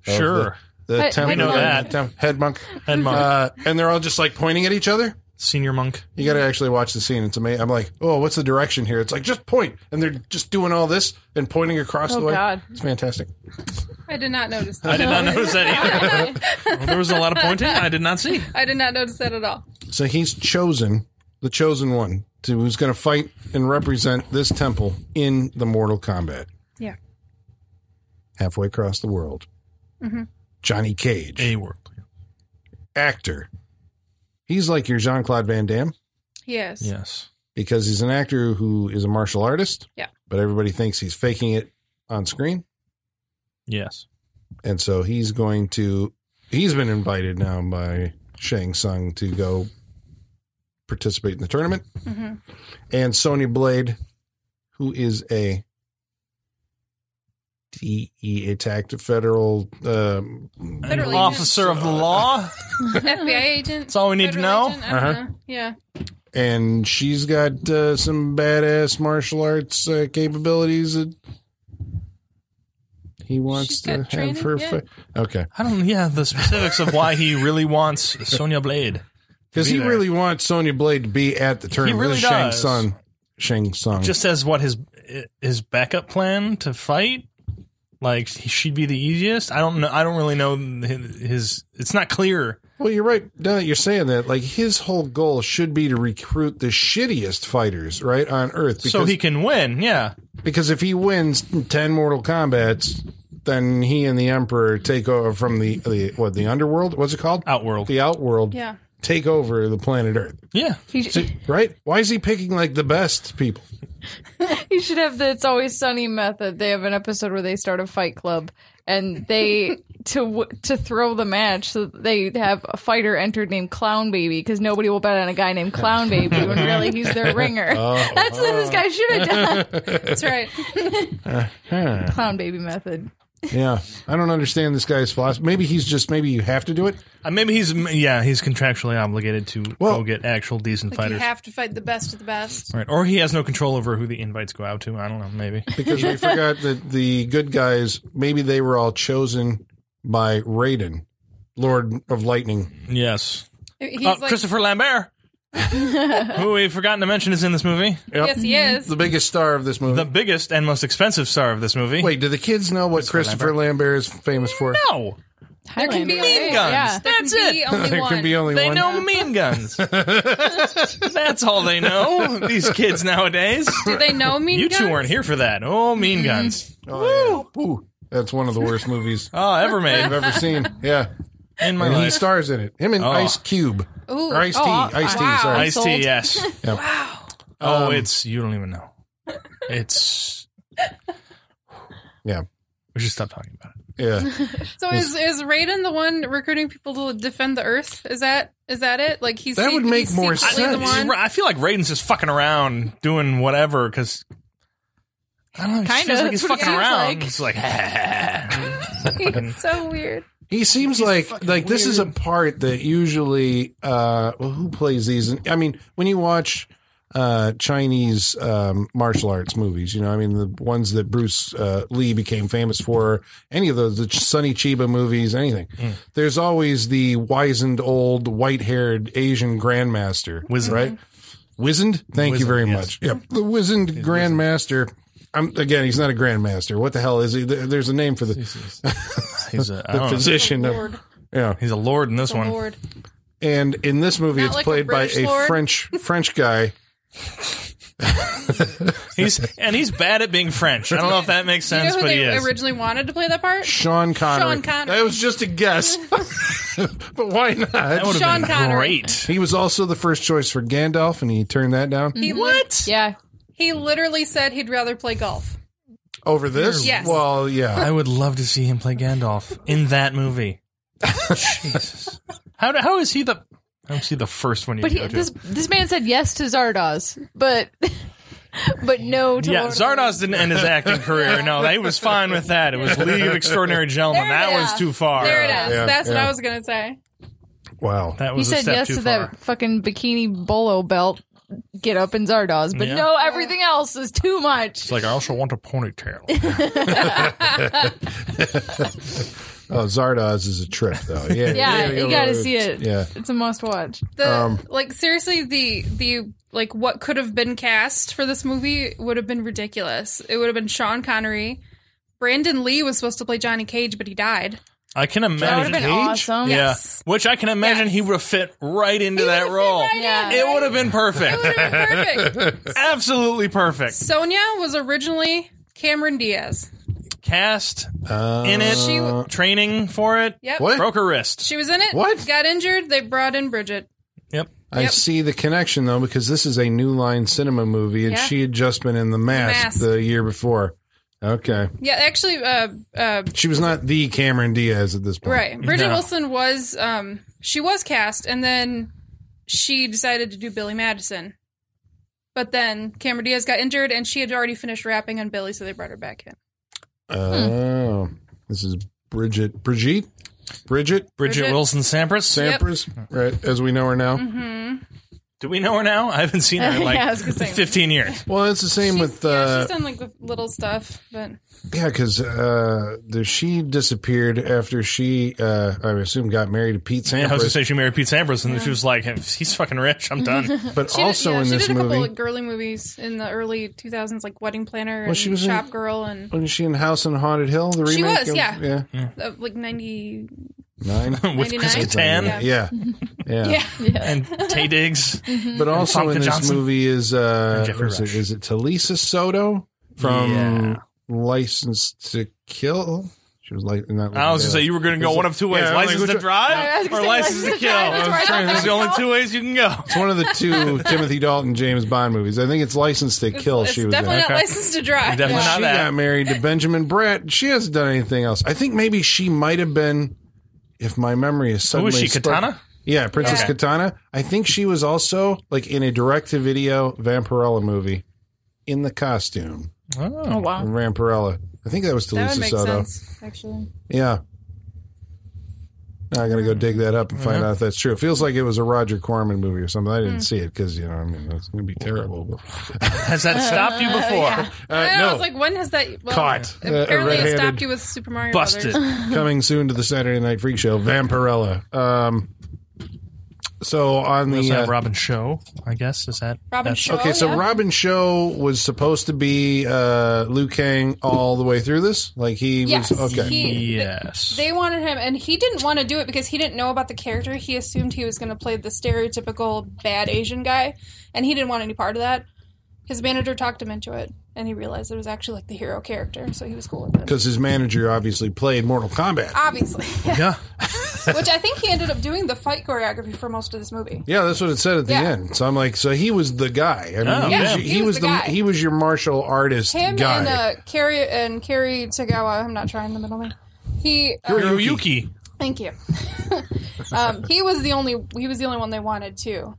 S1: Of
S2: Sure.
S1: The, the
S3: Head-
S1: temple-
S3: we know
S1: uh,
S2: that.
S1: temp- head monk.
S2: Head monk.
S1: Uh, and they're all just like pointing at each other.
S2: Senior monk.
S1: You got to actually watch the scene. It's amazing. I'm like, oh, what's the direction here? It's like just point, and they're just doing all this and pointing across
S3: Oh,
S1: the way.
S3: God.
S1: It's fantastic.
S4: I did not notice that.
S2: I did not notice that either. Well, there was a lot of pointing I did not see.
S4: I did not notice that at all.
S1: So he's chosen the chosen one to who's going to fight and represent this temple in the Mortal Kombat
S4: Yeah.
S1: halfway across the world.
S3: Mm-hmm.
S1: Johnny Cage,
S2: A word.
S1: actor. He's like your Jean Claude Van Damme.
S4: Yes.
S2: Yes.
S1: because he's an actor who is a martial artist.
S4: Yeah.
S1: But everybody thinks he's faking it on screen.
S2: Yes.
S1: And so he's going to, he's been invited now by Shang Tsung to go participate in the tournament.
S4: Mhm.
S1: And Sonya Blade, who is a E DE attacked federal, um,
S2: An
S4: Federal
S2: officer of the law.
S4: FBI agent.
S2: That's all we need to know?
S4: federal agent,
S1: Uh-huh.
S4: I don't know. Yeah.
S1: and she's got uh, some badass martial arts uh, capabilities that he wants
S4: She's
S1: to
S4: got
S1: have
S4: training,
S1: her.
S4: yeah.
S1: Fi- okay,
S2: I don't. Yeah, the specifics of why he really wants Sonya Blade.
S1: because
S2: be
S1: he
S2: there.
S1: really wants Sonya Blade to be at the tournament.
S2: really
S1: This is Shang
S2: does.
S1: Tsung. Shang Tsung.
S2: Just as what his his backup plan to fight. Like she'd be the easiest. I don't know. I don't really know his. It's not clear.
S1: well, you're right. Now that you're saying that, like his whole goal should be to recruit the shittiest fighters right on Earth. Because,
S2: so he can win. Yeah.
S1: because if he wins ten Mortal Kombat's, then he and the Emperor take over from the, the what the underworld. What's it called?
S2: Outworld.
S1: The outworld.
S4: Yeah.
S1: Take over the planet Earth.
S2: Yeah.
S3: He, sh-
S1: Right? Why is he picking like the best people?
S3: he should have the "It's Always Sunny" method. They have an episode where they start a fight club, and they to w- to throw the match. So they have a fighter entered named Clown Baby because nobody will bet on a guy named Clown Baby when really he's their ringer.
S2: Oh,
S3: That's what this guy should have done.
S4: That's right.
S2: oh.
S3: Clown Baby method.
S1: Yeah, I don't understand this guy's philosophy. Maybe he's just maybe you have to do it.
S2: Uh, maybe he's yeah he's contractually obligated to
S1: Well-
S2: go get actual decent
S4: Like you
S2: fighters.
S4: have to fight the best of the best.
S2: Right, or he has no control over who the invites go out to. I don't know. Maybe
S1: because we forgot that the good guys maybe they were all chosen by Raiden, Lord of Lightning.
S2: yes.
S4: He's
S2: Uh,
S4: like,
S2: Christopher Lambert, who we've forgotten to mention, is in this movie.
S4: yes, he
S2: mm,
S4: is.
S1: The biggest star of this movie.
S2: The biggest and most expensive star of this movie.
S1: Wait, do the kids know what Christopher Lambert. is famous for?
S2: no,
S4: There can be only
S2: Mean Guns.
S3: Yeah.
S4: There
S2: That's
S4: can be
S2: it.
S4: only
S1: There
S4: one.
S1: can be only
S2: they
S1: one.
S2: know Mean Guns. That's all they know. These kids nowadays.
S4: Do they know Mean
S2: You
S4: Guns? Mm-hmm.
S2: two weren't here for that. Oh, Mean Guns.
S1: Oh, yeah. Ooh, that's one of the worst movies
S2: Oh, ever
S1: I've
S2: made
S1: ever seen. Yeah,
S2: in my
S1: and he
S2: life.
S1: stars in it. Him and
S2: Oh.
S1: Ice Cube.
S4: Ooh.
S1: Or Ice T.
S3: Oh,
S1: Ice T.
S4: wow.
S1: Sorry.
S2: Ice
S3: sold.
S2: tea, yes.
S1: Yep.
S2: Oh,
S1: Um,
S2: it's you don't even know. It's
S1: Yeah.
S2: we should stop talking about it.
S1: Yeah.
S4: So is is Raiden the one recruiting people to defend the Earth? Is that is that it? Like he's
S1: That
S4: se-
S1: would make
S4: he's
S1: more
S4: secretly
S1: sense.
S4: The one?
S2: I feel like Raiden's just fucking around doing whatever because. I don't know. Kind
S3: Kinda,
S2: of. Like he's
S3: that's what it
S2: fucking
S3: seems
S2: around.
S3: like.
S2: It's like,
S4: It's so weird.
S1: He seems like like this is a part that usually uh well, who plays these And, I mean when you watch uh Chinese um martial arts movies, you know, I mean the ones that Bruce uh, Lee became famous for, any of those the Sonny Chiba movies, anything.
S2: Hmm.
S1: There's always the wizened old white-haired Asian grandmaster,
S2: Wizened.
S1: right? Wizened? Thank you
S2: Wizened,
S1: very
S2: yes.
S1: much. Yep. The wizened grandmaster. I'm again, he's not a grandmaster. What the hell is he? There- There's a name for the,
S2: he's a, I
S1: the
S2: don't know.
S1: position of
S4: Lord,
S1: yeah.
S2: He's a lord in this one.
S4: Lord.
S1: And in this movie,
S4: Not
S1: it's
S4: like a
S1: played by
S4: British
S1: a
S4: lord?
S1: French French guy.
S2: He's and he's bad at being French. I don't know if that makes
S4: You know
S2: sense,
S4: who
S2: but he
S4: they
S2: is.
S4: originally wanted to play that part?
S1: Sean Connery.
S4: Sean Connery.
S1: That was just a guess, but why
S2: that
S1: not?
S2: would have
S4: Sean
S2: been
S4: Connery.
S2: great.
S1: He was also the first choice for Gandalf, and he turned that down
S4: He what?
S3: Yeah.
S4: He literally said he'd rather play golf.
S1: over this.
S4: Yes.
S1: Well, yeah.
S2: I would love to see him play Gandalf in that movie. Jesus, how do- how is he the? I don't see the first one you
S3: But he,
S2: go to.
S3: this this man said yes to Zardoz, but but no to
S2: yeah,
S3: Lord of the
S2: Zardoz didn't end his acting career. No, they was fine with that. It was League of Extraordinary Gentlemen.
S4: There it
S2: That was
S4: is.
S2: too far.
S4: There it is.
S1: Uh, Yeah,
S4: That's what
S1: yeah.
S4: I was gonna say.
S1: Wow.
S2: That
S3: He
S2: was a
S3: said
S2: step
S3: yes
S2: too
S3: to
S2: far.
S3: that fucking bikini bolo belt get up in Zardoz, but
S2: Yeah.
S3: no, everything else is too much.
S2: It's like I also want a ponytail.
S1: Oh, Zardoz is a trip, though. Yeah.
S3: yeah, you got to see it.
S1: Yeah.
S3: It's a must watch.
S4: The
S1: Um,
S4: like seriously the the like what could have been cast for this movie would have been ridiculous. It would have been Sean Connery. Brandon Lee was supposed to play Johnny Cage, but he died.
S2: I can
S3: That would
S2: imagine.
S3: have been awesome.
S2: yeah,
S4: Yes.
S2: which I can imagine he would have fit right into that role.
S3: Yeah.
S2: It would have been perfect.
S4: It would have been perfect.
S2: Absolutely perfect.
S4: Sonia was originally Cameron Diaz.
S2: Cast
S1: Uh,
S2: in it,
S4: She w-
S2: training for it.
S4: Yep.
S1: What?
S2: Broke her wrist.
S4: She was in it.
S1: What?
S4: Got injured. They brought in Bridget.
S2: Yep.
S1: I
S4: Yep.
S1: see the connection though, because this is a New Line Cinema movie, and
S4: Yeah.
S1: she had just been in The Mask
S4: Mask.
S1: the year before. Okay,
S4: Yeah, actually, uh, uh,
S1: she was not the Cameron Diaz at this point.
S4: right. Bridget
S2: No.
S4: Wilson was um, she was cast, and then she decided to do Billy Madison. But then Cameron Diaz got injured, and she had already finished rapping on Billy, so they brought her back in. Hmm.
S1: Oh, this is Bridget. Brigitte? Bridget
S2: Bridget,
S4: Bridget.
S2: Wilson Sampras.
S4: Yep. Mm-hmm.
S1: Sampras, right, as we know her now.
S2: Do we know her now? I haven't seen her in like
S3: Yeah, I was gonna say.
S2: 15 years.
S1: Well, it's the same with,
S4: yeah,
S1: uh,
S4: she's done like the little stuff, but
S1: yeah, because uh, the, she disappeared after she, uh, I assume, got married to Pete
S2: I was going to
S1: Sampras.
S2: say she married Pete Sampras, and then she was like, he's fucking rich. I'm done.
S1: but
S4: she
S1: also
S4: did, yeah,
S1: in
S4: she
S1: this
S4: did a couple
S1: movie,
S4: of girly movies in the early 2000s, like Wedding Planner and
S1: she was in-
S4: Shop Girl, and
S1: wasn't she in House on Haunted Hill? The
S4: She
S1: remake
S4: was,
S1: of-
S4: yeah.
S1: yeah,
S4: uh, like 90.
S1: nine.
S2: With Chris
S4: 99?
S2: Kattan
S4: Yeah.
S1: Yeah. Yeah.
S4: Yeah.
S2: and Tay Diggs.
S3: Mm-hmm.
S1: but also
S2: Famke
S1: in this
S2: Johnson.
S1: movie is uh,
S2: And Jeffrey
S1: what is it,
S2: Rush.
S1: is it Talisa Soto from
S2: Yeah.
S1: License to Kill? She was like, not
S2: I was going to say, you were going to go one of two ways
S1: Yeah, like,
S2: license
S1: which
S2: to
S1: one-
S3: I was
S2: drive
S3: gonna
S2: or
S3: say
S2: license
S3: License
S2: to
S3: to
S2: kill.
S3: Drive, that's where I thought
S2: There's the
S3: that
S2: only
S3: was
S2: two ways you can go.
S1: It's one of the two Timothy Dalton James Bond movies. I think it's License to Kill.
S4: It's
S1: she was
S4: definitely
S1: in.
S4: not
S2: Okay.
S4: licensed to drive.
S2: Definitely
S1: she
S2: not that.
S1: got married to Benjamin Bratt. She hasn't done anything else. I think maybe she might have been, if my memory is
S2: Who
S1: suddenly
S2: is she,
S1: spark-
S2: Katana?
S1: Yeah, Princess
S2: Okay.
S1: Katana. I think she was also like in a direct to video Vampirella movie in the costume.
S3: Oh
S2: Oh.
S3: wow.
S1: and Ramparella. I think that was
S4: That
S1: Talisa
S4: would make
S1: Soto.
S4: sense, actually.
S1: Yeah. Now I'm gonna go dig that up and
S4: Mm-hmm.
S1: find out if that's true. It feels like it was a Roger Corman movie or something. I didn't
S4: Mm.
S1: see it because you know I mean it's gonna be terrible. But,
S2: Has that stopped you before?
S4: I,
S1: uh,
S4: don't know, I
S1: no,
S4: was like, when has that well,
S1: Caught. Uh,
S4: Apparently, it
S1: red-handed.
S4: stopped you with Super Mario
S2: Busted.
S4: Brothers.
S1: coming soon to the Saturday Night Freak Show, Vampirella. Um, so on
S2: We
S1: the
S2: also have
S1: uh,
S2: Robin Show, I guess. Is that
S4: Robin
S2: that's-
S4: Show.
S1: okay, so
S4: Oh, yeah.
S1: Robin Show was supposed to be uh, Liu Kang all the way through this. Like he
S4: Yes,
S1: was okay.
S4: he-
S2: Yes.
S4: They wanted him, and he didn't want to do it because he didn't know about the character. He assumed he was going to play the stereotypical bad Asian guy, and he didn't want any part of that. His manager talked him into it, and he realized it was actually like the hero character, so he was cool with it.
S1: because his manager obviously played Mortal Kombat.
S4: Obviously,
S2: yeah.
S4: which I think he ended up doing the fight choreography for most of this movie.
S1: Yeah, that's what it said at the
S4: Yeah.
S1: end. So I'm like, so he was the guy. I mean,
S2: Oh,
S1: he, was,
S2: yeah.
S1: your-
S4: He
S1: he
S4: was
S1: was
S4: the
S1: the,
S4: guy.
S1: he was your martial artist
S4: Him
S1: guy.
S4: and uh, Carrie and Carrie Tagawa. I'm not trying the middle name. He uh,
S2: Hiroyuki.
S4: Thank you. um, he was the only he was the only one they wanted too.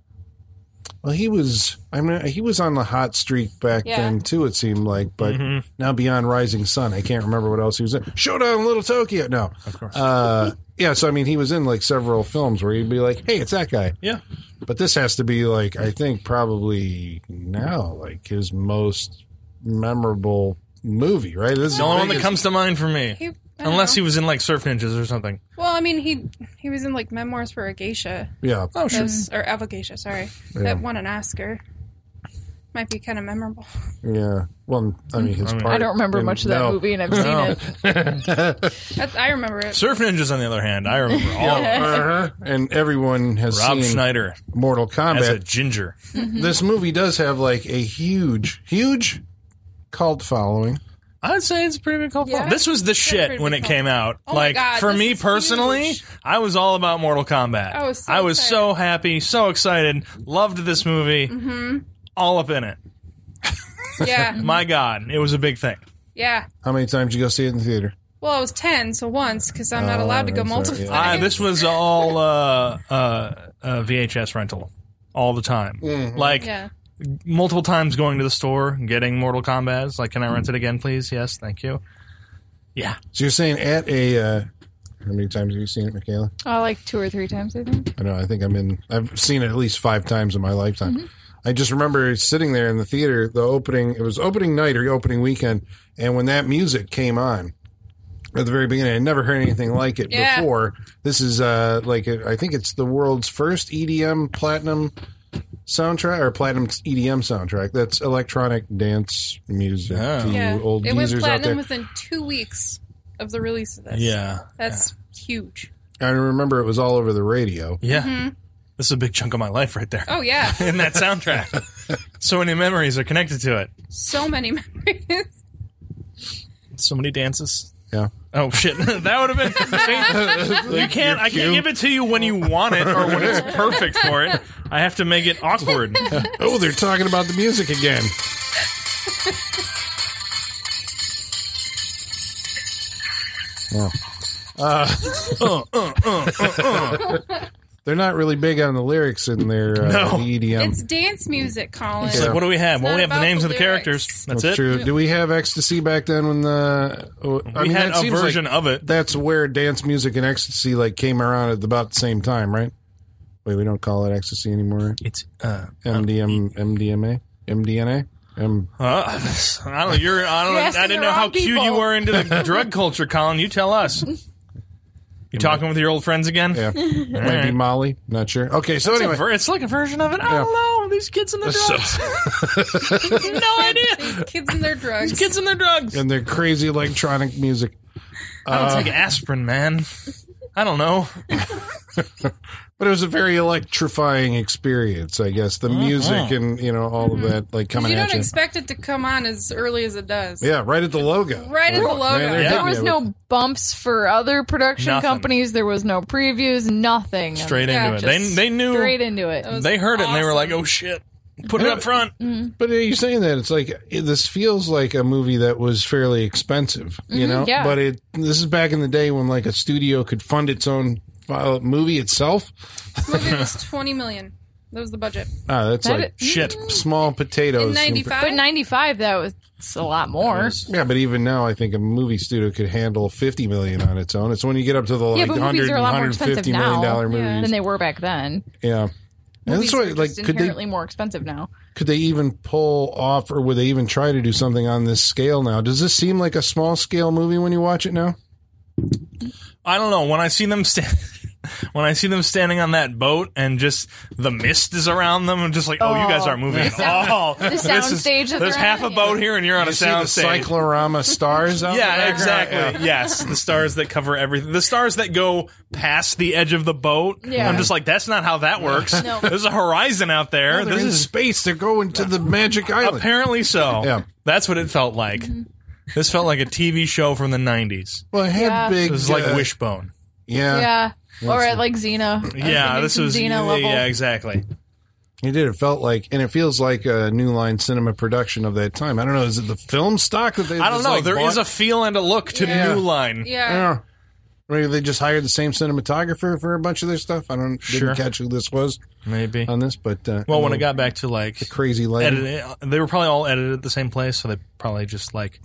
S1: well, he was. I mean, he was on the hot streak back
S4: Yeah.
S1: then too. It seemed like, but
S2: Mm-hmm.
S1: now beyond Rising Sun, I can't remember what else he was in. Showdown in Little Tokyo. No, of
S2: course.
S1: Uh, yeah, so I mean, he was in like several films where he'd be like, "Hey, it's that guy."
S2: Yeah.
S1: But this has to be like I think probably now like his most memorable movie, right? This is
S2: The only one that
S1: biggest-
S2: comes to mind for me.
S4: He,
S2: Unless he was in like Surf Ninjas or something.
S4: well, I mean he he was in like Memoirs for a Geisha,
S1: Yeah,
S2: Oh,
S4: that
S2: sure.
S4: was, or Eva Geisha, sorry, that won an Oscar. Might be kind of memorable.
S1: yeah. Well, I mean,
S2: Mm-hmm.
S1: his part.
S3: I don't remember
S1: in-
S3: much of that
S1: no.
S3: movie, and I've seen
S2: No.
S3: it.
S4: That, I remember it.
S2: Surf Ninjas, on the other hand, I remember all. of it.
S1: Uh-huh. And everyone has
S2: Rob
S1: seen
S2: Schneider
S1: Mortal
S2: as a
S1: Kombat.
S2: ginger.
S1: this movie does have like a huge, huge cult following.
S2: I'd say it's a pretty big cult.
S4: Yeah.
S2: following. This was the shit
S4: pretty
S2: when
S4: big
S2: it
S4: cult.
S2: came out.
S4: Oh my
S2: like
S4: God,
S2: for
S4: this
S2: me
S4: is
S2: personally,
S4: huge.
S2: I was all about Mortal Kombat.
S4: I was so
S2: I was
S4: excited. Mm-hmm.
S2: so happy, so excited, loved this movie, all up in it.
S4: Yeah,
S2: My God, it was a big thing.
S4: yeah.
S1: How many times did you go see it in the theater?
S4: Well, I was ten, so once because I'm not
S1: Oh,
S4: allowed to go
S1: that's
S4: multiple
S1: right, yeah.
S2: I,
S4: times.
S2: Ah, this was all uh, uh, uh, VHS rental all the time. Like
S4: yeah,
S2: multiple times going to the store, getting Mortal Kombat. Like, can I rent it again, please? Yes, thank you. Yeah,
S1: So you're saying at a. Uh, how many times have you seen it, Michaela?
S3: Uh, like two or three times, I think.
S1: I know. I think I'm in. I've seen it at least five times in my lifetime.
S4: Mm-hmm.
S1: I just remember sitting there in the theater, the opening. It was opening night or opening weekend, and when that music came on at the very beginning, I never heard anything like it
S4: Yeah.
S1: before. This is uh like a, I think it's the world's first EDM platinum soundtrack or platinum EDM soundtrack. That's electronic dance music.
S2: Oh.
S1: to you
S4: yeah.
S1: old
S4: It went
S1: geezers out there.
S4: platinum within two weeks of the release of this.
S2: yeah,
S4: that's huge.
S1: I remember it was all over the radio.
S2: yeah. This is a big chunk of my life right there.
S4: Mm-hmm. Oh yeah,
S2: in that soundtrack. so many memories are connected to it.
S4: so many memories.
S2: So many dances.
S1: Yeah.
S2: Oh shit! that would have been. See, you can't. I can't give it to you when you want it or when it's perfect for it. I have to make it awkward.
S1: Oh, they're talking about the music again. Yeah. Uh, uh, uh, uh, uh. They're not really big on the lyrics in their uh,
S2: No.
S1: the EDM.
S4: It's dance music, Colin.
S2: It's like,
S1: Yeah.
S2: Um, what do we have? Well,
S4: not
S2: we have the
S4: about
S2: names
S4: the
S2: of the
S4: lyrics.
S2: characters. That's,
S1: That's
S2: it.
S1: true. Do we have ecstasy back then? When the oh, I
S2: We
S1: mean,
S2: had
S1: that
S2: a
S1: seems
S2: version
S1: like
S2: of it.
S1: that's where dance music and ecstasy like came around at about the same time, right? Wait, we don't call it ecstasy anymore.
S2: It's. Uh,
S1: MDM, MDMA, MDNA, M.
S2: uh, I don't know. You're. I
S4: You're
S2: don't.
S4: asking
S2: I didn't
S4: the
S2: know how
S4: wrong
S2: cute you
S4: people.
S2: were into the drug culture, Colin. You tell us. You talking with your old friends again?
S1: Yeah, might be Molly. Not sure. Okay, so
S2: It's, a
S1: anyway,
S2: ver- it's like a version of it. I
S1: Yeah.
S2: don't know. These kids and the drugs. no idea.
S4: These kids and their drugs.
S2: Kids and their drugs.
S1: and their crazy electronic music.
S2: I don't take aspirin, man. I don't know.
S1: But it was a very electrifying experience, I guess.
S4: Oh,
S1: The music and you know all of that, like coming
S4: Mm-hmm. you
S1: at
S4: don't
S1: you.
S4: expect it to come on as early as it does.
S1: yeah, right at the logo.
S4: Right at the logo.
S1: they're hitting
S2: Yeah.
S3: There was
S1: you with-
S3: no bumps for other production
S2: Nothing.
S3: companies. There was no previews. Nothing.
S2: Straight
S4: Yeah,
S2: into it. They
S4: just
S2: they knew
S3: Straight into it.
S2: they heard it and they were like, "Oh shit." Put it up front.
S1: But are you saying that it's like it- this feels like a movie that was fairly expensive,
S4: Mm-hmm,
S1: you know?
S3: yeah.
S1: But it this is back in the day when like a studio could fund its own uh, movie itself.
S4: This movie was 20 million. That was the budget.
S1: Ah, that's
S3: That
S1: like
S3: it-
S2: Shit.
S1: small
S4: In
S1: potatoes.
S4: 95?
S3: but ninety five, that was It's a lot more.
S1: Yeah, but even now, I think a movie studio could handle fifty million on its own. It's when you get up to the
S3: yeah,
S1: like
S3: but
S1: hundred
S3: movies are a
S1: and
S3: lot more
S1: hundred
S3: expensive
S1: fifty million dollar
S3: now
S1: movies.
S3: than they were back then.
S1: Yeah, and
S3: Movies
S1: that's why
S3: are
S1: like
S3: just
S1: could they
S3: inherently more expensive now.
S1: could they even pull off or would they even try to do something on this scale now? Does this seem like a small scale movie when you watch it now?
S2: I don't know. When I see them stand, when I see them standing on that boat and just the mist is around them, and just like, oh, you guys aren't moving at all. This is-
S3: soundstage that
S2: There's
S3: they're
S2: half
S3: on,
S2: a boat
S3: yeah.
S2: here, and you're on a
S1: You see the
S2: sound stage.
S1: cyclorama stars out. in the
S2: yeah,
S1: background? Yeah.
S2: exactly. Yes, the stars that cover everything. The stars that go past the edge of the boat.
S3: Yeah.
S2: I'm just like, that's not how that works.
S3: No.
S2: There's a horizon out there.
S1: They're
S2: this
S1: in
S2: is
S1: space. They're going to the magic island.
S2: apparently so.
S1: Yeah.
S2: That's what it felt like. This felt like a TV show from the 90s.
S1: Well, it had
S3: Yeah.
S1: big.
S2: It was like
S1: uh,
S2: Wishbone.
S1: Yeah,
S3: yeah. Or at like Xena. I
S2: Yeah,
S3: thinking
S2: this
S3: some
S2: was
S3: Xena
S2: yeah,
S3: level.
S2: yeah, exactly.
S1: It did. It felt like, and it feels like a New Line Cinema production of that time. I don't know. Is it the film stock that they?
S2: I don't
S1: just,
S2: know.
S1: like,
S2: There is
S1: bought?
S2: a feel and a look to
S1: Yeah.
S2: New Line.
S4: Yeah.
S1: Yeah. Maybe they just hired the same cinematographer for a bunch of their stuff. I don't
S2: Sure.
S1: didn't catch who this was
S2: Maybe.
S1: on this, but uh,
S2: Well,
S1: you
S2: when
S1: know,
S2: it got back to like
S1: crazy lighting,
S2: edited, they were probably all edited at the same place, so they probably just like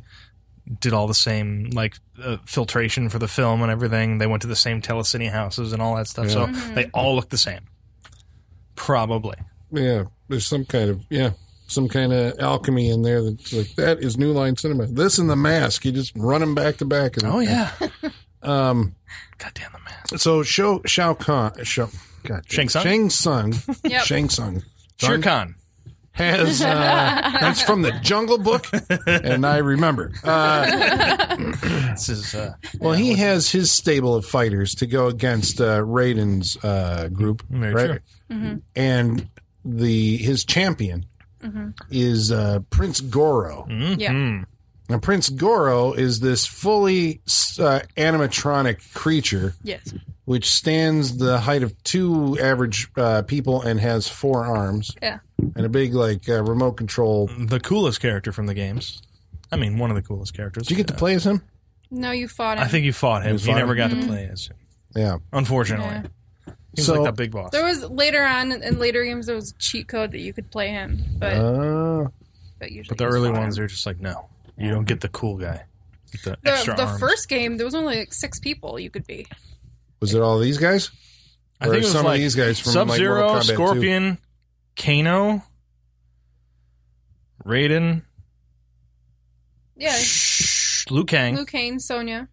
S2: did all the same like uh, filtration for the film and everything. They went to the same telecine houses and all that stuff, so they all look the same. Probably.
S1: yeah, there's some kind of yeah, some kind of alchemy in there that's like that is New Line Cinema. This and the mask, you just run them back to back. And,
S2: yeah. um. God damn the man.
S1: so show Shao Kahn, Shao, God,
S2: Shang Tsung?
S1: Shang Tsung,
S4: Yep.
S1: Shang Tsung.
S2: Shere
S1: Tsung?
S2: Khan.
S1: has uh, that's from the Jungle Book, and I remember. Uh,
S2: This is uh,
S1: well, he has his stable of fighters to go against uh, Raiden's uh, group,
S2: Very
S1: right?
S2: true.
S1: And the his champion is uh, Prince Goro.
S2: Mm.
S4: Yeah.
S2: mm-hmm.
S1: Now, Prince Goro is this fully uh, animatronic creature
S4: Yes.
S1: which stands the height of two average uh, people and has four arms
S4: Yeah.
S1: and a big like uh, remote control. Did
S2: the coolest character from the games. I mean, one of the coolest characters.
S1: you get to play as him?
S4: No, you fought him.
S2: I think you fought him.
S1: You
S2: You,
S1: fought
S2: never
S1: him?
S4: Mm-hmm.
S2: got to play as him,
S1: Yeah.
S2: unfortunately. He was
S1: So-
S2: like that big boss.
S4: there was later on in later games there was a cheat code that you could play him, but
S1: Uh,
S4: but usually
S2: But the
S4: you just
S2: early
S4: fought him.
S2: ones are just like, no, you don't get the cool guy. Get The,
S4: The,
S2: extra
S4: the
S2: arms.
S4: first game there was only like six people you could be.
S1: was it all these guys?
S2: I think
S1: or
S2: it was
S1: some of
S2: like
S1: these guys from, like, Mortal
S2: Sub-Zero,
S1: Kombat 2?
S2: Scorpion, Kano, Raiden,
S4: Yeah.
S2: Shh, Liu Kang,
S4: Liu Kane, Sonya.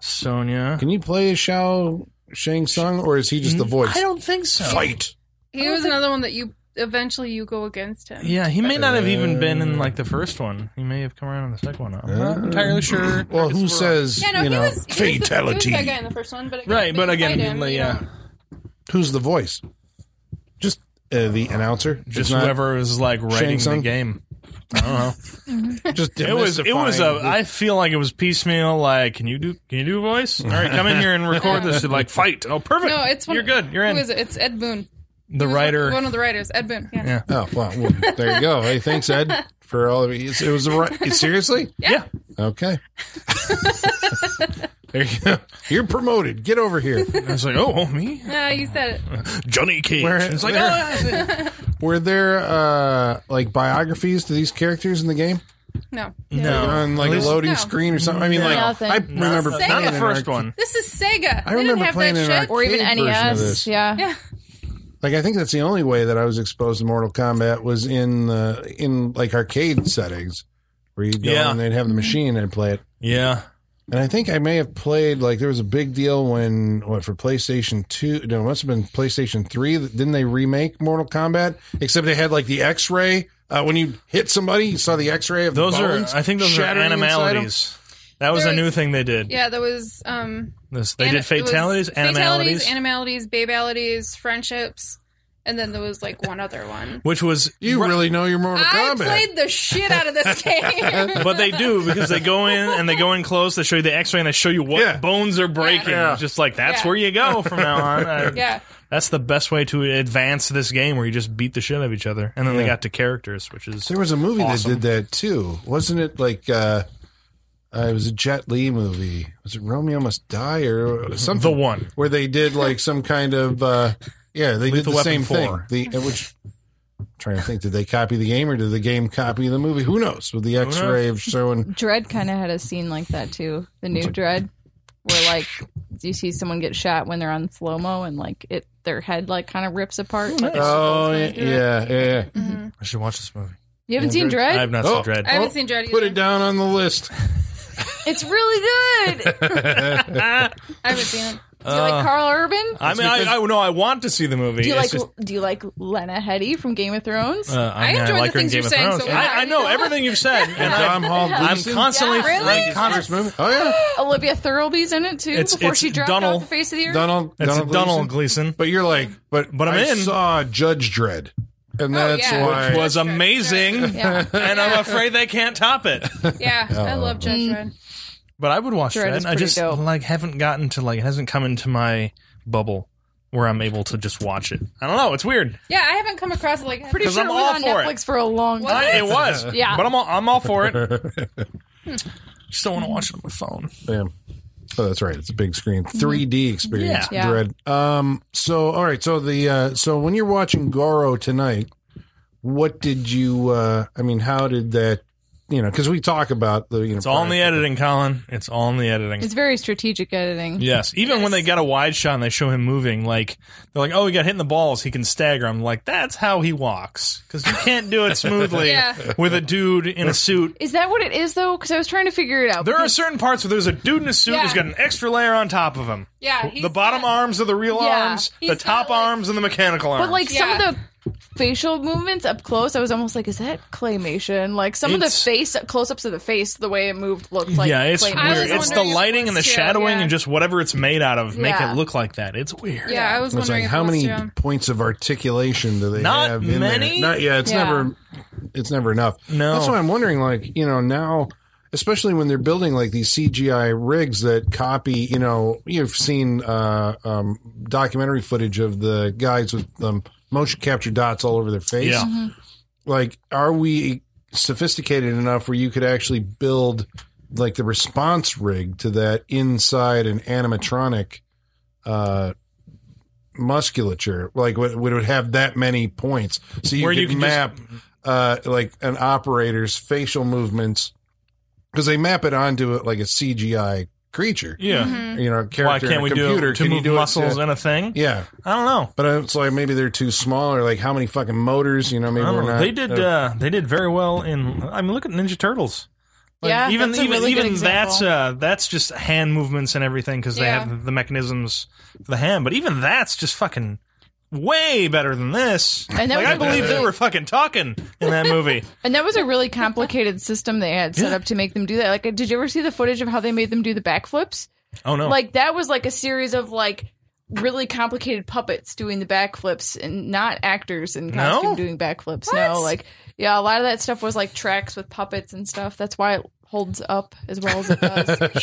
S2: Sonya. Mm-hmm.
S1: Can you play as Shao Shang Tsung, or is he just the voice?
S2: Mm, I don't think so.
S1: Fight.
S4: He was another one that you eventually you go against him.
S2: Yeah, he may not have
S1: Uh,
S2: even been in like the first one. He may have come around in the second one. I'm not entirely sure.
S1: uh, Well, who says
S4: Yeah, no,
S1: you
S4: he
S1: know
S4: was he was the-
S5: fatality.
S4: he was that guy in the first one, but it-
S2: Right,
S4: you
S2: but
S4: can
S2: again,
S4: fight him,
S2: like,
S4: you
S2: yeah.
S4: don't-
S1: who's the voice? Just uh, the announcer. It's
S2: Just
S1: not-
S2: whoever is like writing the
S1: Tsung?
S2: game. I don't know.
S1: Just
S2: It was. It was a.
S1: demystifying
S2: I feel like it was piecemeal. Like, can you do? Can you do a voice? All right, come in here and record this. And like, fight. Oh, perfect.
S4: No, it's one
S2: You're good. You're in.
S4: Who is it? It's Ed Boon.
S2: The
S4: He was
S2: writer.
S4: one of the writers, Ed Boon. Yeah.
S2: Yeah.
S1: the- Oh well, well, there you go. Hey, thanks, Ed, for all of it. It was a right. Seriously,
S2: yeah.
S1: okay. there you go. You're promoted. Get over here.
S2: I was like, oh, oh, me,
S4: Ah, you said it.
S2: Johnny Cage.
S1: Where-
S2: it's like, oh,
S1: where-
S2: yeah, yeah.
S1: Were there uh, like biographies to these characters in the game?
S4: No.
S2: no,
S1: on like a
S2: At least-
S1: loading
S4: No.
S1: screen or something. I mean, like
S3: Nothing.
S1: I remember
S4: Sega.
S1: playing
S2: not the
S1: an
S2: first
S1: arcade-
S2: one.
S4: This is Sega.
S1: I
S4: they didn't
S1: remember
S4: have
S1: playing
S4: that
S1: in
S4: shit.
S1: our-
S3: Or even
S1: Arcade version of
S3: NES.
S1: this.
S3: Yeah.
S4: Yeah.
S1: Like I think that's the only way that I was exposed to Mortal Kombat was in the in like arcade settings where you'd go
S2: Yeah.
S1: and they'd have the machine and I'd play it.
S2: Yeah,
S1: And I think I may have played like there was a big deal when what for PlayStation two no it must have been PlayStation three that didn't they remake Mortal Kombat except they had like the X ray uh, when you hit somebody you saw the X ray of
S2: those
S1: the
S2: are.
S1: bones
S2: I think those are
S1: shattering inside 'em.
S2: animalities. That was a
S4: There-
S2: new thing they did.
S4: Yeah, there was um
S2: This- they
S4: ana-
S2: did
S4: there was
S2: fatalities, animalities,
S4: fatalities, animalities, babalities, friendships, and then there was like one other one.
S2: which was
S1: You really know your Mortal
S4: I
S1: Kombat.
S4: played the shit out of this game.
S2: But they do because they go in and they go in close. They show you the X-ray and they show you what
S1: Yeah.
S2: bones are breaking.
S1: Yeah.
S2: It's Just like that's
S4: Yeah.
S2: where you go from now on. I-
S4: yeah.
S2: That's the best way to advance this game where you just beat the shit out of each other. And then they got to characters, which is
S1: There was a movie
S2: Awesome.
S1: that did that too, wasn't it? Like uh, uh, it was a Jet Li movie. Was it Romeo Must Die or
S2: the
S1: something?
S2: one.
S1: where they did like some kind of uh, yeah, they
S2: Lethal
S1: did the
S2: Weapon
S1: same
S2: 4.
S1: thing. The uh, which trying to think, did they copy the game or did the game copy the movie? Who knows? With the X ray of showing
S3: Dread kind of had a scene like that too. The new Dread, where like you see someone get shot when they're on slow mo and like it their head like kind of rips apart. Like,
S1: Oh yeah, yeah, yeah.
S2: I should watch this movie.
S3: you haven't seen
S2: I
S3: Dread?
S2: have not
S1: Oh.
S2: seen Dread.
S4: I haven't seen Dread
S1: Put
S4: either.
S1: it down on the list.
S3: It's really good. Do
S4: I haven't seen it.
S3: you like Carl Urban?
S2: Uh, I mean, I, I no, I want to see the movie.
S3: do you like
S2: It's just,
S3: Do you like Lena Headey from Game of Thrones?
S2: uh, I, mean, I
S4: enjoy
S2: like
S4: the
S2: her in
S4: things
S2: Game
S4: you're
S2: of
S4: saying,
S2: Thrones.
S4: so
S2: I, I know
S4: why-
S2: everything you've said, and
S1: And Dom
S2: I,
S1: Hall
S2: I'm
S1: Gleason?
S2: constantly
S3: Yeah, really?
S2: like,
S1: Congress movie. Oh yeah,
S3: Olivia Thurlby's in it too.
S2: It's-
S3: before
S2: it's
S3: she dropped
S2: Dunnel.
S3: off the face of the earth.
S1: Donald.
S2: That's
S1: Donald.
S2: Donald
S1: Gleason.
S2: Gleason,
S1: But you're like, but
S2: But I'm
S1: I
S2: in.
S1: Saw Judge Dredd, and that's
S4: yeah.
S1: why.
S4: Which
S2: was amazing,
S3: Yeah.
S2: and I'm afraid they can't top it.
S4: Yeah,
S1: Oh,
S4: I love Judge Dredd.
S2: But I would watch
S3: Dread
S2: Dread.
S3: is
S2: I
S3: pretty
S2: just
S3: dope.
S2: like haven't gotten to like it hasn't come into my bubble where I'm able to just watch it. I don't know. It's weird.
S4: Yeah, I haven't come across it like
S3: Pretty
S2: 'Cause
S3: sure
S2: I'm
S3: it
S2: all
S3: was on
S2: for it.
S3: Netflix for a long time.
S2: I, it was.
S3: Yeah.
S2: But I'm all, I'm all for it. just don't want to watch it on my phone.
S1: Damn. Oh, that's right. It's a big screen, 3D experience.
S3: Yeah. Yeah.
S1: Dread. Um. So, all right. So the uh, so when you're watching Goro tonight, what did you? uh I mean, how did that? You know, because we talk about the. You know,
S2: It's all in the editing, Colin. It's all in the editing.
S3: It's very strategic editing.
S2: yes. Even when they got a wide shot and they show him moving, like they're like, "Oh, he got hit in the balls. He can stagger." I'm like, "That's how he walks," because you can't do it smoothly
S4: Yeah.
S2: with a dude in a suit.
S3: Is that what it is though? Because I was trying to figure it out.
S2: There are certain parts where there's a dude in a suit
S4: Yeah.
S2: who's got an extra layer on top of him.
S4: Yeah, he's
S2: the bottom
S4: got-
S2: arms are the real
S3: Yeah.
S2: arms,
S4: He's
S2: the top
S4: got, like-
S2: arms, and the mechanical arms.
S3: But like
S4: Yeah.
S3: some of the facial movements up close, I was almost like, is that claymation? Like some of the
S2: It's-
S3: face close ups of the face, the way it moved looked like
S2: yeah, it's
S3: claymation.
S4: I was
S2: weird. It's the
S4: wondering if it
S2: lighting and the
S4: was too,
S2: shadowing
S4: yeah.
S2: and just whatever it's made out of make
S3: Yeah.
S2: it look like that. It's weird.
S4: Yeah, I
S1: It's
S4: was
S1: like,
S4: wondering if
S1: how
S4: it was
S1: many
S4: too.
S1: points of articulation do they
S2: Not
S1: have? In
S2: many?
S1: There? Not yeah. It's
S3: Yeah.
S1: never. It's never enough.
S2: No.
S1: That's why I'm wondering. Like you know now. Especially when they're building like these CGI rigs that copy, you know, you've seen uh, um, documentary footage of the guys with um, motion capture dots all over their face.
S2: Yeah.
S1: Like, are we sophisticated enough where you could actually build like the response rig to that inside an animatronic uh, musculature? Like, would, would it have that many points? So you
S2: Where
S1: could
S2: you can just-
S1: map uh, like an operator's facial movements because they map it onto like a CGI creature.
S2: Yeah.
S4: Mm-hmm.
S1: You know, character
S2: Why
S1: in a
S2: can't we do
S1: computer.
S2: it to
S1: Can you
S2: move
S1: do it to-
S2: muscles and a thing?
S1: yeah,
S2: I don't know.
S1: but it's like maybe they're too small, or like how many fucking motors? You know, maybe
S2: I don't
S1: we're
S2: know.
S1: not.
S2: they did.
S1: uh,
S2: Uh, they did very well in. I mean, look at Ninja Turtles. Like,
S3: Yeah,
S2: even
S3: that's a
S2: even
S3: really good
S2: even that's
S3: example.
S2: uh, that's just hand movements and everything because they
S4: Yeah.
S2: have the mechanisms for the hand. But even that's just fucking way better than this.
S3: And that
S2: like
S3: was
S2: I
S3: a-
S2: believe they were fucking talking in that movie.
S3: And that was a really complicated system they had set up to make them do that. Like, did you ever see the footage of how they made them do the backflips?
S2: Oh no!
S3: Like that was like a series of like really complicated puppets doing the backflips and not actors in
S2: No?
S3: costume doing backflips. No, like yeah, a lot of that stuff was like tracks with puppets and stuff. That's why it holds up as well as it does.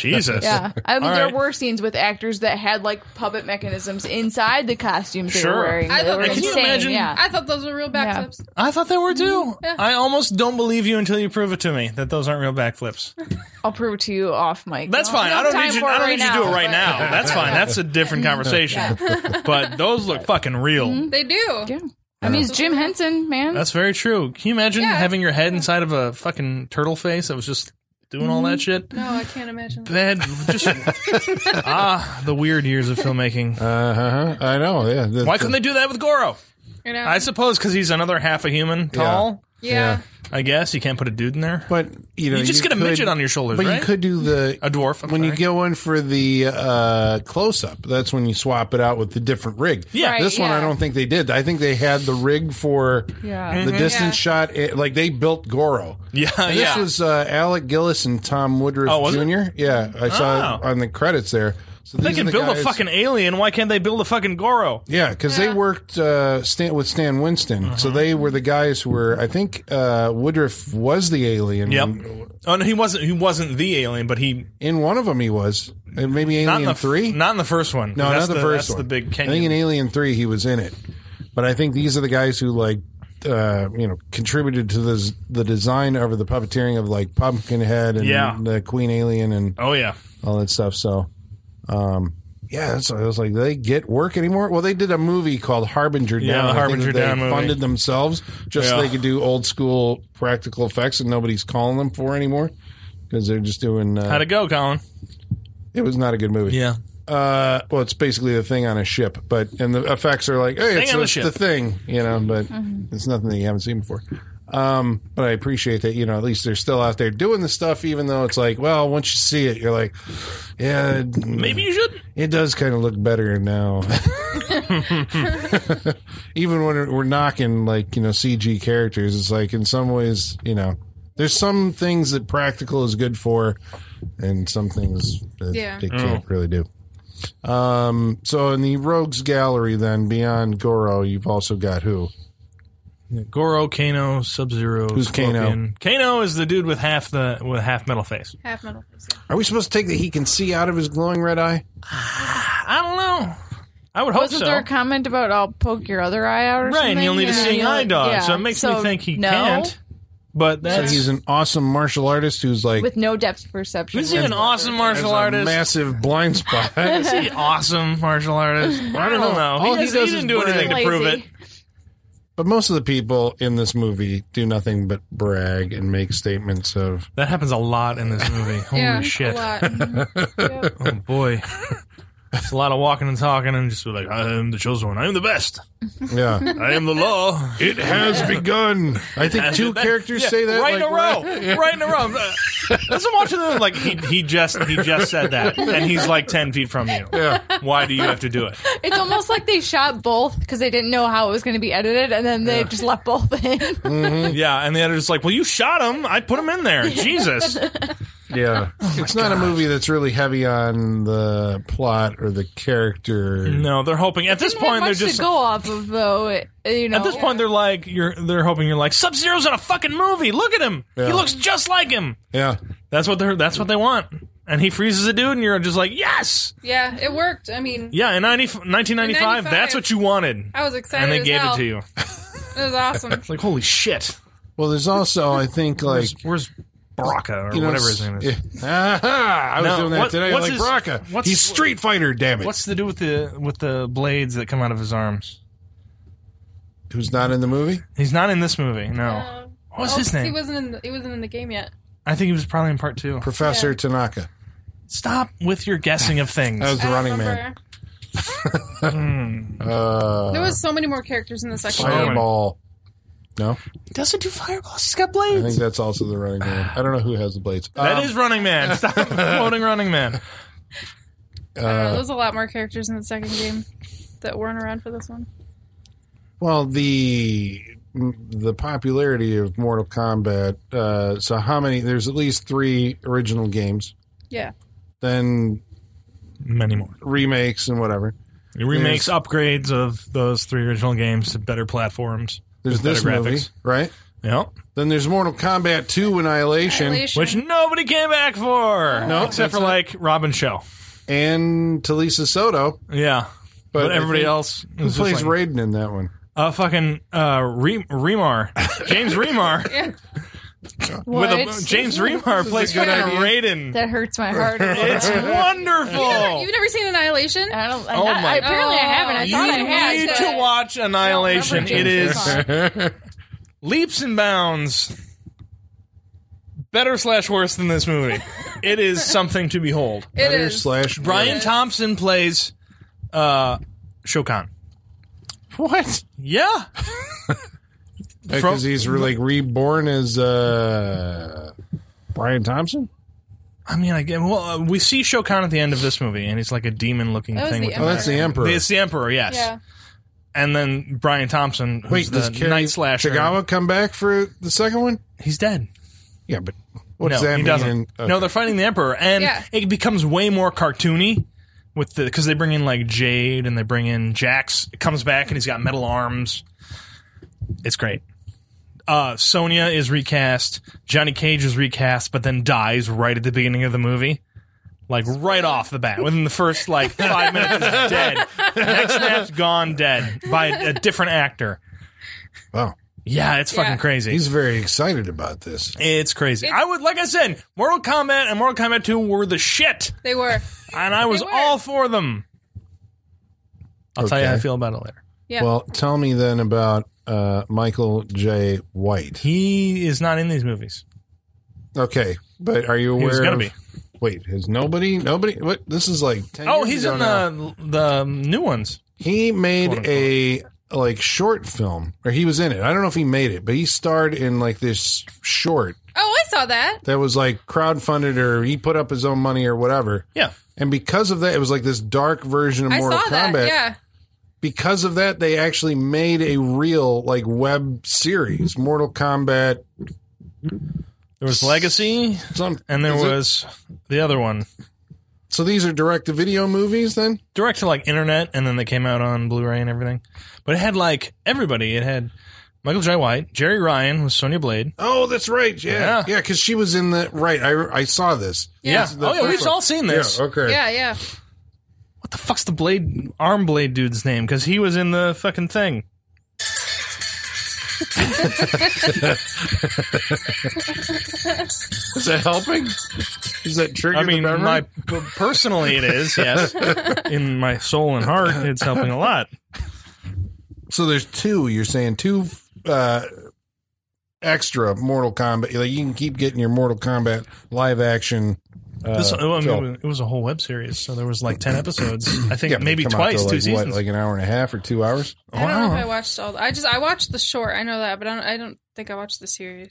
S2: Jesus.
S3: Yeah, I mean
S2: All
S3: there
S2: right.
S3: were scenes with actors that had like puppet mechanisms inside the costumes they
S2: Sure.
S3: were wearing.
S4: I
S3: They
S4: thought-
S3: were
S4: Can
S2: you
S3: insane,
S2: imagine-
S3: Yeah,
S4: I thought those were real backflips.
S2: I thought they were too.
S3: Mm-hmm.
S2: I almost don't believe you until you prove it to me that those aren't real backflips.
S3: I'll prove it to you off mic. Oh,
S2: That's fine. I don't need you. I don't need you to do it right now. That's fine. That's a different conversation. But those look fucking real.
S3: Mm-hmm.
S4: They do.
S3: Yeah. I mean, it's Jim Henson, man.
S2: That's very true. Can you imagine having your head inside of a fucking turtle face that was just doing all that shit?
S4: No, Oh, I can't imagine.
S2: Bad. Just ah, the weird years of filmmaking.
S1: uh-huh. I know. Yeah. The-
S2: Why couldn't they do that with Goro?
S4: You know?
S2: I suppose because he's another half a human tall.
S4: yeah.
S2: I guess you can't put a dude in there.
S1: But you know,
S2: You just get a
S1: could-
S2: midget on your shoulders,
S1: But
S2: right?
S1: you could do the
S2: A dwarf. I'm
S1: when you
S2: sorry.
S1: get one for the uh, close up. That's when you swap it out with the different rig.
S2: Yeah. Right,
S1: this one
S3: yeah.
S1: I don't think they did. I think they had the rig for
S3: Yeah.
S1: the
S4: Yeah.
S1: distance shot. It, like they built Goro.
S2: yeah,
S1: And
S2: Mm-hmm. yeah.
S1: This was uh, Alec Gillis and Tom Woodruff
S2: Oh, was it?
S1: Jr. Yeah, I saw it
S2: Oh.
S1: on the credits there. So
S2: They
S1: these
S2: can
S1: are the
S2: build a
S1: guys-
S2: fucking alien. Why can't they build a fucking Goro?
S1: Yeah, because they worked uh, Stan, with Stan Winston, so
S2: Uh-huh.
S1: they were the guys who were. I think uh, Woodruff was the alien.
S2: Yep.
S1: In,
S2: Oh no, he wasn't. He wasn't the alien, but he
S1: in one of them, he was And maybe
S2: not
S1: Alien
S2: in the
S1: Three.
S2: Not in the first one.
S1: no,
S2: that's
S1: not the, first one.
S2: that's the big
S1: I think in
S2: Kenyan.
S1: Alien Three, he was in it, but I think these are the guys who like. Uh, you know, contributed to the the design of the puppeteering of like Pumpkinhead and
S2: Yeah.
S1: the Queen Alien and
S2: Oh yeah.
S1: all that stuff. So, um, yeah, so I was like, they get work anymore. Well, they did a movie called Harbinger
S2: Yeah,
S1: Down.
S2: the
S1: I think
S2: Harbinger
S1: that they
S2: Down movie.
S1: funded themselves just so
S2: Yeah.
S1: they could do old school practical effects, and nobody's calling them for anymore because they're just doing. Uh,
S2: How'd it go, Colin?
S1: it was not a good movie.
S2: Yeah.
S1: Uh, well, it's basically the thing on a ship, but and the effects are like, hey,
S2: Thing
S1: it's,
S2: on the
S1: it's the,
S2: ship.
S1: thing, you know, but it's nothing that you haven't seen before. Um, but I appreciate that, you know, at least they're still out there doing the stuff, even though it's like, well, once you see it, you're like, yeah, it-
S2: Maybe you shouldn't.
S1: it does kind of look better now. Even when we're knocking like, you know, CG characters, it's like in some ways, you know, there's some things that practical is good for and some things that
S4: Yeah.
S1: they can't really do. Um, so in the Rogues Gallery, then beyond Goro, you've also got who?
S2: Goro, Kano, Sub Zero.
S1: Who's Kano?
S2: Kano is the dude with half the with half metal face.
S4: Half metal. Face, yeah.
S1: Are we supposed to take that he can see out of his glowing red eye?
S2: I don't know. I would hope
S3: Wasn't
S2: so.
S3: there a comment about I'll poke your other eye out or
S2: right,
S3: something?
S2: and you'll need a
S3: Yeah.
S2: seeing eye dog,
S3: Yeah.
S2: so it makes
S3: So,
S2: me think he
S3: no,
S2: can't. But
S1: So
S2: that's
S1: he's an awesome martial artist who's like
S3: With no depth perception.
S2: is he an awesome martial
S1: has a
S2: artist?
S1: massive blind spot.
S2: Is he awesome martial artist? I don't know.
S1: All
S2: he,
S1: he
S2: has-
S1: does
S2: he
S1: is
S2: didn't do
S1: brag.
S2: anything to
S3: Lazy.
S2: prove it.
S1: But most of the people in this movie do nothing but brag and make statements of
S2: That happens a lot in this movie. Holy
S4: yeah,
S2: shit!
S4: A lot. Mhm.
S2: Oh boy, it's a lot of walking and talking, and just be like, "I am the chosen one. I am the best.
S1: yeah.
S2: I am the law."
S1: it has begun. I think two
S2: That-
S1: characters
S2: yeah,
S1: say that
S2: right
S1: like,
S2: in a row, right in a row. Uh, That's I'm watching them like he, he just he just said that, and he's like ten feet from you.
S1: Yeah.
S2: Why do you have to do it?
S3: It's almost like they shot both because they didn't know how it was going to be edited, and then they just left both in.
S2: Yeah, and the editor's like, "Well, you shot him. I put him in there. Jesus." Oh
S1: Yeah. it's not a movie that's really heavy on the plot or the character.
S2: No, they're hoping at this
S3: Didn't have
S2: point they're
S3: much
S2: just
S3: to go off of though. it- You know,
S2: At this point, they're like, you're. They're hoping you're like Sub Zero's in a fucking movie. Look at him. He
S1: Yeah.
S2: looks just like him.
S1: Yeah.
S2: That's what they're. That's what they want. And he freezes a dude, and you're just like, yes,
S4: Yeah, it worked. I mean,
S2: yeah. In 90, 1995, that's what you wanted,
S4: I was excited.
S2: and they
S4: as
S2: gave
S4: hell.
S2: it to you.
S4: It was awesome.
S2: Like, holy shit.
S1: Well, there's also I think like
S2: Where's, where's Baraka or
S1: you know,
S2: whatever his name is?
S1: Yeah. Aha! I was
S2: No,
S1: doing that
S2: what-
S1: today.
S2: what's
S1: Like
S2: his-
S1: Braca.
S2: what's-
S1: He's Street Fighter, damn it.
S2: What's to do with the with the blades that come out of his arms?
S1: Who's not in the movie?
S2: He's not in this movie. No.
S4: Um,
S2: What's
S4: oh,
S2: his
S4: He
S2: name?
S4: wasn't in. The, he wasn't in the game yet.
S2: I think he was probably in part two.
S1: Professor Tanaka.
S2: Stop with your guessing of things. Hmm.
S1: That was the
S4: I don't
S1: running man.
S4: remember.
S1: Uh,
S4: There was so many more characters in the second game.
S1: Fireball. No?
S2: Doesn't do fireballs. He's got
S1: I think
S2: blades.
S1: that's also the running man. I don't know who has the blades.
S2: That
S1: Um,
S2: is Running Man. Stop quoting Running Man.
S1: uh,
S4: I don't know, Uh, there was a lot more characters in the second game that weren't around for this one.
S1: well the the popularity of Mortal Kombat. Uh, so how many? There's at least three original games,
S4: Yeah.
S1: then
S2: Many more
S1: remakes and whatever.
S2: remakes, upgrades of those three original games to better platforms.
S1: There's
S2: With better
S1: this movie,
S2: graphics.
S1: right?
S2: Yep.
S1: Then there's Mortal Kombat Two Annihilation,
S4: Annihilation.
S2: Which nobody came back for.
S1: No,
S2: except
S1: that's
S2: for
S1: not-
S2: like Robin Shell.
S1: and Talisa Soto,
S2: Yeah. But,
S1: I
S2: everybody
S1: think-
S2: else
S1: who
S2: was just
S1: plays
S2: like,
S1: Raiden in that one.
S2: uh, fucking uh, Re- Remar, James Remar, with a, James Remar plays
S1: good
S2: fucking Raiden.
S3: that hurts my heart. a little
S2: It's
S3: bit.
S2: wonderful.
S4: You've never seen Annihilation?
S3: I don't. i
S2: Oh
S3: not,
S2: my-
S3: I, apparently, I haven't. I
S2: You
S3: thought I had.
S2: need
S4: but-
S2: to watch Annihilation. It
S4: James
S2: is
S4: Remar.
S2: leaps and bounds better slash worse than this movie. It is something to behold.
S4: It
S1: Better
S4: is.
S1: slash
S2: Brian Thompson plays uh, Shokan.
S1: What?
S2: Yeah, From-
S1: Because he's really, like reborn as uh, Brian Thompson.
S2: I mean, I get, well, uh, we see Shokan at the end of this movie, and he's like a demon-looking
S4: That was
S2: thing.
S4: the
S2: with
S1: Oh, that's the Emperor.
S2: It's the Emperor, yes.
S4: Yeah.
S2: And then Brian Thompson, who's
S1: Wait,
S2: the
S1: does Kerry
S2: Night Slasher.
S1: Tagawa come back for the second one?
S2: He's dead.
S1: Yeah, but what
S2: no,
S1: does that
S2: he
S1: mean?
S2: doesn't.
S1: in- okay.
S2: No, they're fighting the Emperor, and
S4: Yeah.
S2: it becomes way more cartoony with the because they bring in like Jade and they bring in Jax. It comes back and he's got metal arms. It's great. Uh, Sonya is recast. Johnny Cage is recast, but then dies right at the beginning of the movie. Like right off the bat, within the first like five minutes, he's dead. Next snap's gone dead by a, a different actor.
S1: wow,
S2: Yeah, it's fucking
S4: Yeah.
S2: crazy.
S1: he's very excited about this.
S2: It's crazy. I would, like I said, Mortal Kombat and Mortal Kombat 2 were the shit,
S4: They were.
S2: and I was
S4: were.
S2: all for them. I'll tell you how I
S1: Okay.
S2: feel about it later.
S4: Yeah.
S1: Well, tell me then about uh, Michael J. White.
S2: He is not in these movies.
S1: Okay, but are you aware?
S2: He was gonna
S1: of-
S2: be.
S1: Wait, has nobody? Nobody? What? This is like. 10
S2: Oh,
S1: years
S2: he's
S1: ago
S2: in
S1: now.
S2: the the new ones.
S1: He
S2: Quote,
S1: made
S2: unquote.
S1: a like short film, or he was in it. I don't know if he made it, but he starred in like this short
S4: Oh, I saw that.
S1: that was like crowdfunded, or he put up his own money, or whatever.
S2: Yeah.
S1: And because of that, it was like this dark version of
S4: I
S1: Mortal
S4: saw
S1: Kombat.
S4: that. Yeah.
S1: Because of that, they actually made a real like web series, Mortal Kombat.
S2: There was Legacy,
S1: Some
S2: and there
S1: is it-
S2: was the other one.
S1: so these are direct to video movies. Then
S2: direct to like internet, and then they came out on Blu-ray and everything. But it had like everybody. It had Michael J. White, Jerry Ryan was Sonya Blade.
S1: oh, that's right, yeah,
S2: Yeah.
S1: yeah, because she was in the right. I I saw this.
S2: Yeah.
S1: the
S2: Oh yeah,
S1: first
S2: we've
S1: one.
S2: all seen this.
S1: Yeah, okay.
S4: Yeah, yeah.
S2: What the fuck's the blade arm blade dude's name? Because he was in the fucking thing.
S1: Is that helping? Is that triggering?
S2: I mean,
S1: the memory?
S2: my p- personally it is yes. in my soul and heart, it's helping a lot.
S1: so there's two. You're saying two uh, extra Mortal Kombat. Like you can keep getting your Mortal Kombat live action. Uh,
S2: This, I mean,
S1: film.
S2: it was a whole web series, so there was like ten episodes. I think
S1: Yeah, but
S2: maybe
S1: they come out to,
S2: twice, two
S1: like, what,
S2: seasons.
S1: like an hour and a half or two hours.
S4: I don't know if I watched all. I just I watched the short. I know that, but I don't. I don't think I watched the series.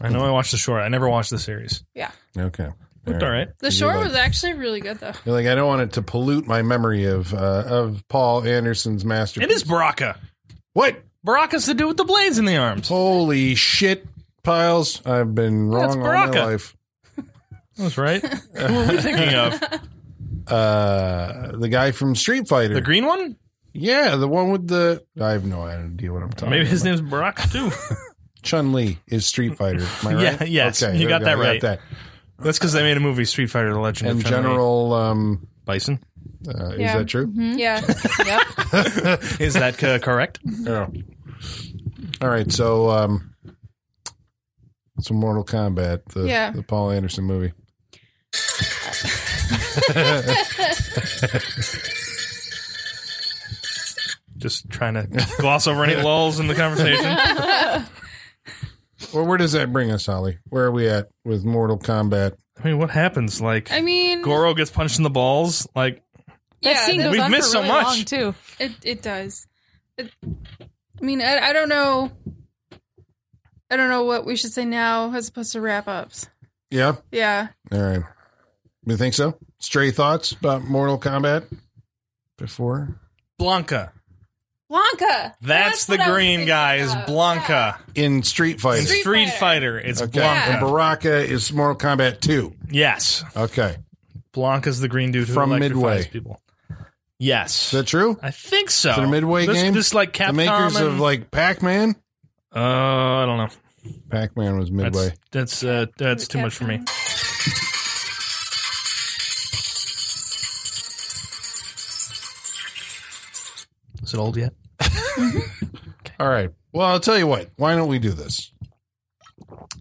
S2: I know I watched the short. I never watched the series.
S1: Okay,
S2: Looked all right.
S4: The
S1: You
S4: short
S1: like-
S4: was actually really good though.
S1: You're like I don't want it to pollute my memory of uh, of Paul Anderson's masterpiece.
S2: It is Baraka.
S1: what?
S2: Baraka's the dude with the blades in the arms.
S1: Holy shit, piles! I've been
S2: Yeah, it's
S1: wrong all my
S2: Baraka.
S1: life.
S2: That's right. Who were we thinking of?
S1: Uh, the guy from Street Fighter.
S2: The green one?
S1: yeah, the one with the. I have no idea what I'm talking.
S2: Maybe his
S1: about.
S2: name's Barack too.
S1: Chun Li is Street Fighter. Am I right?
S2: Yeah, yes, you
S1: there
S2: got
S1: we
S2: that
S1: I
S2: right. That's because they made a movie, Street Fighter: The Legend
S1: And
S2: of Chun-Li.
S1: General, um,
S2: Bison.
S1: uh, is
S4: Yeah. mm-hmm.
S1: that true?
S4: Yeah. yep.
S2: Is that uh, correct?
S1: Yeah. All right, so um, so Mortal Kombat, the,
S4: Yeah.
S1: the Paul Anderson movie.
S2: Just trying to gloss over any lulls in the conversation.
S1: Well, where does that bring us, Holly? Where are we at with Mortal Kombat?
S2: I mean, what happens? Like
S4: I mean,
S2: Goro gets punched in the balls. Like
S3: That
S4: yeah,
S3: scene
S4: that-
S3: goes
S2: We've
S3: on
S2: missed
S3: for
S2: so
S3: really
S2: much.
S3: long too.
S4: it it does. It, I mean, I, I don't know. I don't know what we should say now as opposed to wrap ups.
S1: Yeah.
S4: Yeah.
S1: All right. You think so? Stray thoughts about Mortal Kombat before?
S2: Blanca.
S4: Blanca.
S2: That's, the
S4: what I was
S2: green
S4: thinking
S2: guy. Is
S4: of.
S2: Blanca
S1: In Street Fighter.
S2: in Street,
S4: Street
S2: Fighter? It's
S1: okay.
S2: Blanca.
S1: And Baraka is Mortal Kombat 2.
S2: Yes,
S1: Okay.
S2: Blanca's the green dude who
S1: From
S2: electrifies
S1: Midway.
S2: People. Yes,
S1: Is that true?
S2: I think so.
S1: Is it a Midway
S2: this,
S1: game?
S2: This like Capcom.
S1: the makers
S2: and,
S1: of like Pac Man?
S2: Uh, I don't know.
S1: Pac Man was Midway.
S2: That's that's, uh, that's too much for me. Is it old yet?
S1: All right. Well, I'll tell you what. Why don't we do this?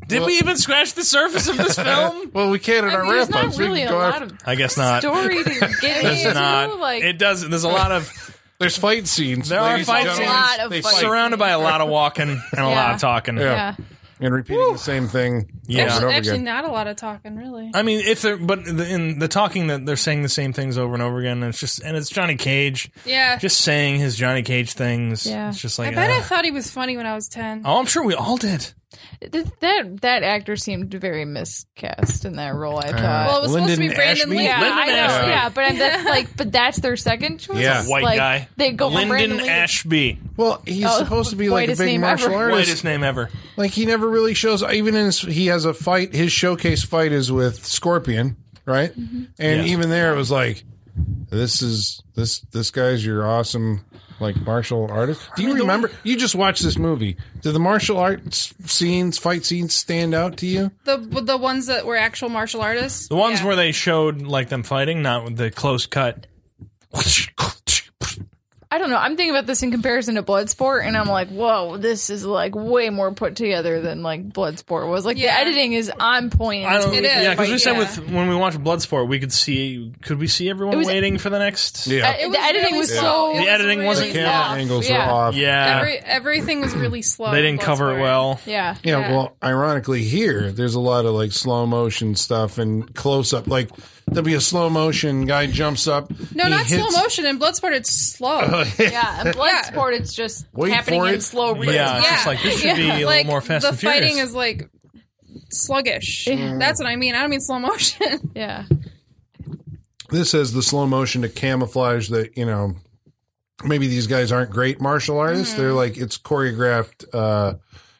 S2: Did we even scratch the surface of this film?
S1: Well, we can't at
S3: I
S1: our
S3: mean, there's
S1: wrap
S3: not
S1: ups.
S3: really
S1: we
S3: a
S1: can go
S3: lot
S1: after-
S3: of
S2: I guess not.
S3: story to get
S2: There's
S3: into.
S2: not.
S3: Like,
S2: it doesn't. There's a lot of
S1: There's fight scenes.
S2: There are
S1: ladies and
S2: fight
S1: gentlemen.
S2: scenes.
S3: A lot of
S1: They
S3: fight
S1: fight
S2: surrounded by a lot of walking and a lot
S3: Yeah.
S2: of talking.
S1: Yeah.
S3: yeah,
S1: and repeating the same thing over
S2: Yeah.
S1: and
S4: Actually,
S1: over
S4: actually
S1: again.
S4: not a lot of talking, really.
S2: I mean, if they're but the, in the talking that they're saying the same things over and over again, and it's just and it's Johnny Cage
S4: yeah.
S2: just saying his Johnny Cage things.
S3: Yeah.
S2: It's just
S4: I
S2: like
S4: bet I
S2: uh,
S4: thought he was funny when I was 10.
S2: oh, I'm sure we all did.
S3: Th- that that actor seemed very miscast in that role. I thought.
S4: well, it was supposed to be
S1: Lyndon
S4: Brandon
S1: Ashby?
S4: Lee.
S3: yeah,
S2: Lyndon
S3: I know.
S2: Ashby.
S3: Yeah, but I'm that's like, but that's their second choice.
S1: Yeah.
S3: It's
S2: White
S3: like,
S2: guy.
S3: They go for Brandon
S2: Lyndon
S3: Lee.
S2: Ashby.
S1: Well, he's
S3: Oh,
S1: supposed to be like a
S3: whitest
S1: big
S3: name
S1: martial
S3: ever.
S1: artist.
S2: Whitest name ever.
S1: Like he never really shows. Even in his, he has a fight. His showcase fight is with Scorpion, right?
S3: Mm-hmm.
S1: And
S2: Yes.
S1: even there, it was like, this is this this guy's your awesome like martial artist. Do you remember? You just watched this movie. Did the martial arts scenes, fight scenes, stand out to you?
S4: The the ones that were actual martial artists.
S2: The ones
S4: Yeah.
S2: where they showed like them fighting, not with the close cut.
S3: I don't know. I'm thinking about this in comparison to Bloodsport, and I'm like, whoa, this is like way more put together than like Bloodsport was. Like
S4: Yeah.
S3: the editing is on point.
S2: I don't,
S4: It
S2: yeah,
S4: is,
S2: because we
S4: but
S2: said
S4: yeah.
S2: with when we watched Bloodsport, we could see. Could we see everyone
S3: It was-
S2: waiting for the next?
S1: Yeah.
S3: Uh, the editing was so-
S4: It
S3: The
S4: was
S2: editing
S4: really
S2: wasn't-
S1: Camera
S4: slow.
S3: off.
S1: angles
S3: Yeah.
S1: are off.
S2: Yeah,
S4: Every, everything was really slow.
S2: they didn't
S4: Bloodsport.
S2: cover it well.
S3: yeah.
S1: Yeah,
S4: Yeah.
S1: well, ironically, here there's a lot of like slow motion stuff and close up. Like there'll be a slow motion guy jumps up.
S4: No,
S1: he
S4: not
S1: hits-
S4: slow motion. In Bloodsport, it's slow.
S3: Yeah, and Bloodsport, it's just
S1: Wait
S3: happening
S1: for
S3: in
S1: it.
S3: slow rhythm.
S2: Yeah, it's just like this should be a little more Fast
S4: the
S2: and Furious.
S4: fighting is like sluggish. That's what I mean. I don't mean slow motion.
S3: Yeah.
S1: This has the slow motion to camouflage that you know maybe these guys aren't great martial artists. They're like it's choreographed, uh,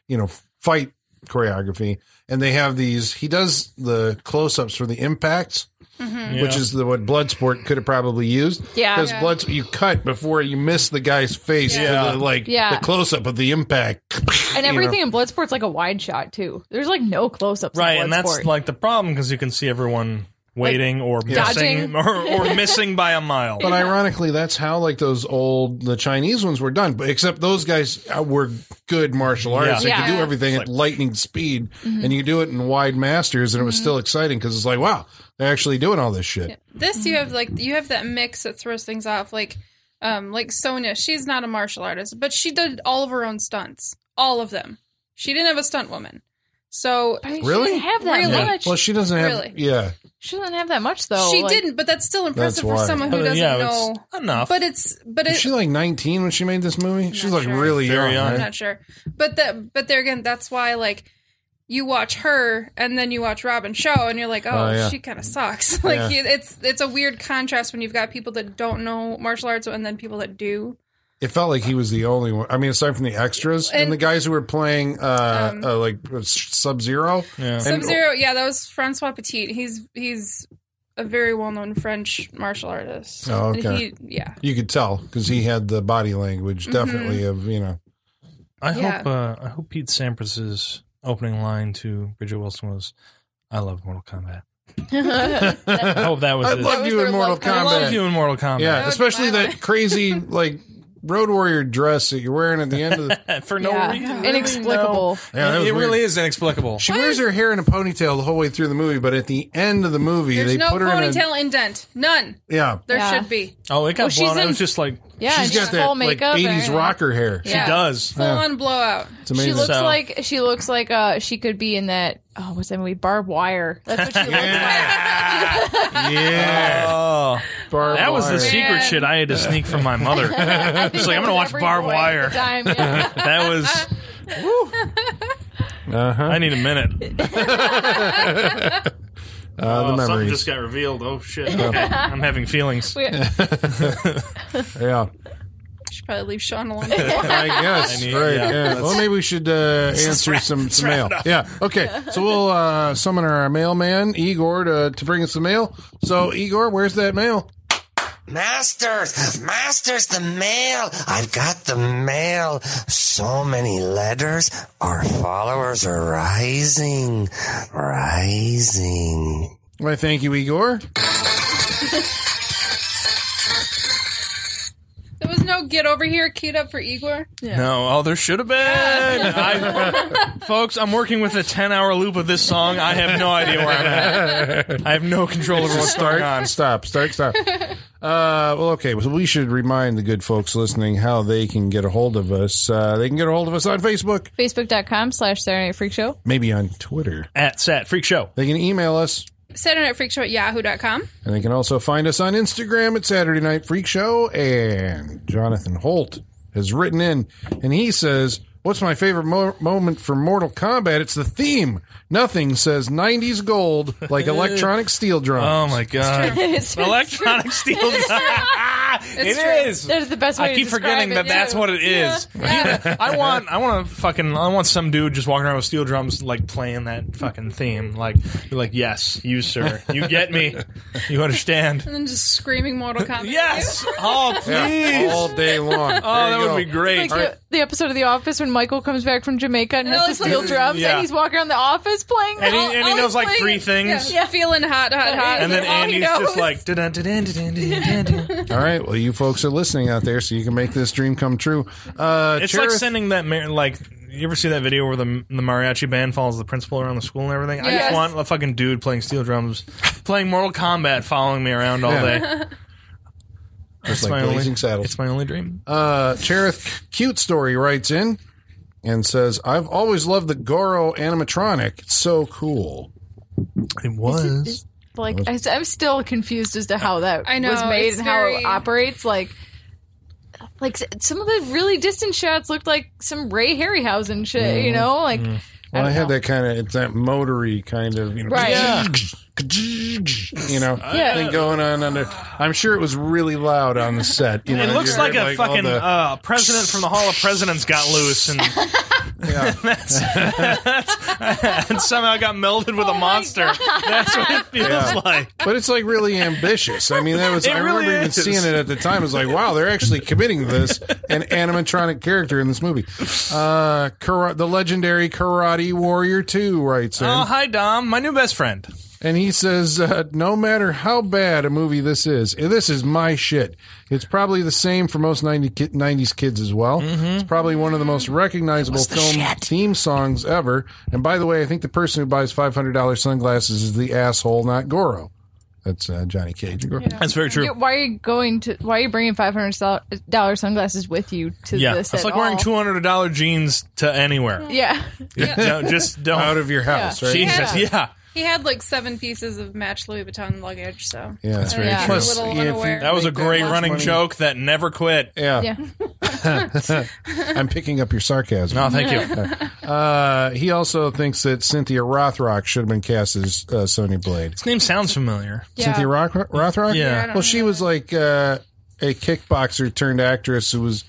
S1: you know, fight choreography, and they have these. He does the close ups for the impacts. Which
S2: Yeah.
S1: is the, what Bloodsport could have probably used.
S3: Yeah.
S1: because
S4: Yeah.
S1: Bloodsport you cut before you miss the guy's face
S2: Yeah.
S1: to the, like
S3: Yeah.
S1: the close up of the impact.
S3: And
S1: You know?
S3: everything in Bloodsport's like a wide shot too. There's like no close ups.
S2: right,
S3: in
S2: and that's
S3: Bloodsport.
S2: like the problem because you can see everyone waiting or
S3: dodging.
S2: missing or, or missing by a mile.
S1: But ironically, that's how like those old the Chinese ones were done. But except those guys uh, were good martial artists. They
S3: Yeah.
S1: could do
S3: Yeah.
S1: everything at lightning speed,
S4: Mm-hmm.
S1: and you do it in wide masters, and it was still exciting because it's like, wow, they're actually doing all this shit.
S4: this you have like you have that mix that throws things off. Like, um, like Sonya, she's not a martial artist, but she did all of her own stunts, all of them. She didn't have a stunt woman, so
S3: But she
S1: Really?
S3: doesn't have that
S4: Really?
S3: much.
S1: Well, she doesn't have
S4: Really?
S1: yeah.
S3: She doesn't have that much though.
S4: she
S3: Like,
S4: didn't. But that's still impressive for
S1: why.
S4: someone who
S2: But, uh,
S4: doesn't
S2: yeah,
S4: know.
S2: it's enough.
S4: But it's but
S1: Was
S4: it,
S1: she like nineteen when she made this movie? She's like
S4: sure.
S1: really young.
S2: Very young.
S4: I'm
S1: right?
S4: not sure. But that but there again, that's why like you watch her and then you watch Robin Show and you're like, oh,
S1: Oh, yeah.
S4: she kind of sucks. like
S1: Yeah.
S4: you- it's it's a weird contrast when you've got people that don't know martial arts and then people that do.
S1: It felt like he was the only one. I mean, aside from the extras and,
S4: And-
S1: the guys who were playing uh, uh like Sub Zero.
S2: Yeah.
S4: Sub Zero, yeah, that was Francois Petit. He's he's a very well known French martial artist.
S1: Oh,
S4: And
S1: okay.
S4: he- yeah.
S1: You could tell because he had the body language definitely of you know.
S2: I
S4: Yeah.
S2: hope uh, I hope Pete Sampras's opening line to Bridget Wilson was, "I love Mortal Kombat." I hope that was
S1: I
S2: it.
S1: love
S3: was
S1: you
S3: their
S1: in Mortal
S3: love
S1: Kombat.
S2: I love you in Mortal Kombat.
S1: Yeah,
S4: That would
S1: especially
S4: be my
S1: that crazy like Road Warrior dress that you're wearing at the end of the.
S2: Uh, for no
S3: yeah.
S2: reason. really, no.
S3: Inexplicable.
S1: Yeah, that was
S2: it really
S1: weird.
S2: is inexplicable.
S1: She wears her hair in a ponytail the whole way through the movie, but at the end of the movie,
S4: There's
S1: they
S4: no
S1: put her in a
S4: ponytail indent. None.
S1: yeah.
S4: There
S3: Yeah.
S4: should be.
S2: Oh, it got
S3: Well, she's
S2: blown. I
S3: in-
S2: was just like,
S3: Yeah, and
S1: She's got that
S3: full
S1: like
S3: makeup. and
S1: '80s
S3: everything.
S1: rocker hair.
S2: she
S4: Yeah.
S2: does.
S4: Full on blowout.
S1: It's amazing.
S3: She looks
S2: So-
S3: like she looks like uh she could be in that oh what's that movie Barb Wire. That's what she looks like.
S1: yeah,
S2: Oh,
S1: Barbed
S2: that was the
S1: wire.
S2: secret
S4: Man.
S2: shit I had to sneak from my mother.
S3: I
S2: She's
S3: think
S2: like,
S3: that
S2: I'm gonna
S3: was
S2: watch
S3: every
S2: Barbed
S3: boy at
S2: Wire.
S3: the time, yeah.
S2: That was.
S1: Uh-huh.
S2: I need a minute. Oh,
S1: Uh, the memories.
S2: got revealed. Oh shit! Okay, I'm having feelings.
S3: We-
S1: yeah,
S4: Should probably leave Sean alone.
S1: I guess.
S2: I need-
S1: right.
S2: yeah,
S1: Yeah. Well, maybe we should uh, answer some, some mail. Yeah. Okay. So we'll uh, summon our mailman Igor to, to bring us the mail. So Igor, where's that mail?
S6: Masters, masters, the mail. I've got the mail. So many letters. Our followers are rising, rising.
S1: Why, thank you, Igor.
S4: there was no get over here queued up for Igor.
S2: No, oh, there should have been. I, folks, I'm working with a 10 hour loop of this song. I have no idea where I'm at. I have no control over what's going on.
S1: Stop, start, stop. Uh, well, okay. So we should remind the good folks listening how they can get a hold of us. Uh, they can get a hold of us on Facebook,
S3: Facebook.com slash Saturday Night Freak Show.
S1: maybe on Twitter.
S2: At Sat Freak Show.
S1: They can email us,
S4: Saturday Night Freak Show at yahoo.com.
S1: and they can also find us on Instagram at Saturday Night Freak Show. And Jonathan Holt has written in, and he says, What's my favorite mo- moment from Mortal Kombat? It's the theme. Nothing says 90s gold like electronic steel drums.
S2: Oh my god.
S3: It's-
S2: Electronic steel.
S4: It's
S2: it
S4: true.
S2: is.
S3: That is the best way
S2: I
S3: to
S2: keep
S3: describe
S2: forgetting
S3: it,
S2: that that's
S3: too.
S2: what it is. Yeah, I want I want to fucking I want some dude just walking around with steel drums like playing that fucking theme like you're like yes you sir you get me you understand
S4: And then just screaming Mortal Kombat.
S2: yes oh please
S1: Yeah, all day long.
S2: oh that would be great
S3: Like, the episode of The Office when Michael comes back from Jamaica and
S7: No,
S3: has the
S7: it's
S3: steel
S7: like-
S3: drums
S2: Yeah.
S3: and he's walking around the office playing
S2: And he,
S3: that.
S2: and he
S7: all
S2: knows like
S7: explain
S2: three
S7: it.
S2: things.
S7: Yeah.
S4: Feeling hot, hot, hot.
S2: And then
S4: All he
S2: Andy's
S4: knows-
S2: just like, dun dun dun dun dun dun.
S1: All right. Well, you folks are listening out there, so you can make this dream come true. Uh,
S2: It's
S1: Cherith-
S2: like sending that mar- like. You ever see that video where the the mariachi band follows the principal around the school and everything? I just
S4: Yes.
S2: want a fucking dude playing steel drums, playing Mortal Kombat, following me around all
S1: Yeah.
S2: day.
S1: just
S2: It's my
S1: like
S2: only,
S1: Blazing Saddles.
S2: It's my only dream.
S1: Uh, Cherith Cute Story writes in and says, I've always loved the Goro animatronic. It's so cool.
S2: It was.
S3: Like I, am still confused as to how that
S4: I know,
S3: was made
S4: it's
S3: and how
S4: very-
S3: it operates. Like, like s- some of the really distant shots looked like some Ray Harryhausen shit. You know, like
S2: Mm-hmm.
S3: I,
S1: Mm-hmm. Well, I,
S3: don't
S1: had
S3: know.
S1: that kind of, it's that motory kind of, you know,
S3: Right. Yeah.
S1: you know,
S3: Yeah.
S1: thing going on under. I'm sure it was really loud on the set. You know,
S2: It
S1: you
S2: looks
S1: heard,
S2: like a
S1: all
S2: fucking
S1: the-
S2: uh, president from the Hall of Presidents got loose and,
S1: yeah.
S2: and somehow got melded
S4: Oh
S2: with a monster. That's what it feels
S1: Yeah.
S2: like.
S1: But it's like really ambitious. I mean, that was.
S2: It
S1: I
S2: really
S1: remember even
S2: is.
S1: seeing it at the time. It was like, wow, they're actually committing to this an animatronic character in this movie. Uh, kara- the legendary Karate Warrior Two writes in,
S2: Oh, hi Dom, my new best friend.
S1: and he says, uh, no matter how bad a movie this is, eh, this is my shit. It's probably the same for most 90 ki- 90s kids as well.
S2: Mm-hmm.
S1: It's probably one of the most recognizable film theme songs ever. And by the way, I think the person who buys five hundred dollars sunglasses is the asshole, not Goro. That's uh, Johnny Cage.
S2: That's very true.
S3: Yeah, why are you going to? Why are you bringing five hundred dollars sunglasses with you to
S2: Yeah,
S3: this?
S2: it's
S3: at
S2: like wearing
S3: all?
S2: two hundred dollar jeans to anywhere.
S3: Yeah,
S1: Uh,
S2: No, just don't.
S1: out of your house, right?
S2: Jesus, yeah.
S4: he had like seven pieces of matched Louis Vuitton luggage, so
S1: Yeah, that's
S3: very Yeah. true.
S4: A little unaware.
S2: That was a
S1: Make that
S2: great
S1: much
S2: running
S1: money.
S2: joke that never quit.
S1: Yeah,
S3: yeah.
S1: I'm picking up your sarcasm.
S2: No, thank you.
S1: Uh, he also thinks that Cynthia Rothrock should have been cast as uh, Sonya Blade.
S2: His name sounds familiar.
S1: Cynthia Rock- Rothrock.
S2: Yeah. Yeah, I
S4: don't
S1: Well, she was like uh, a kickboxer turned actress who was.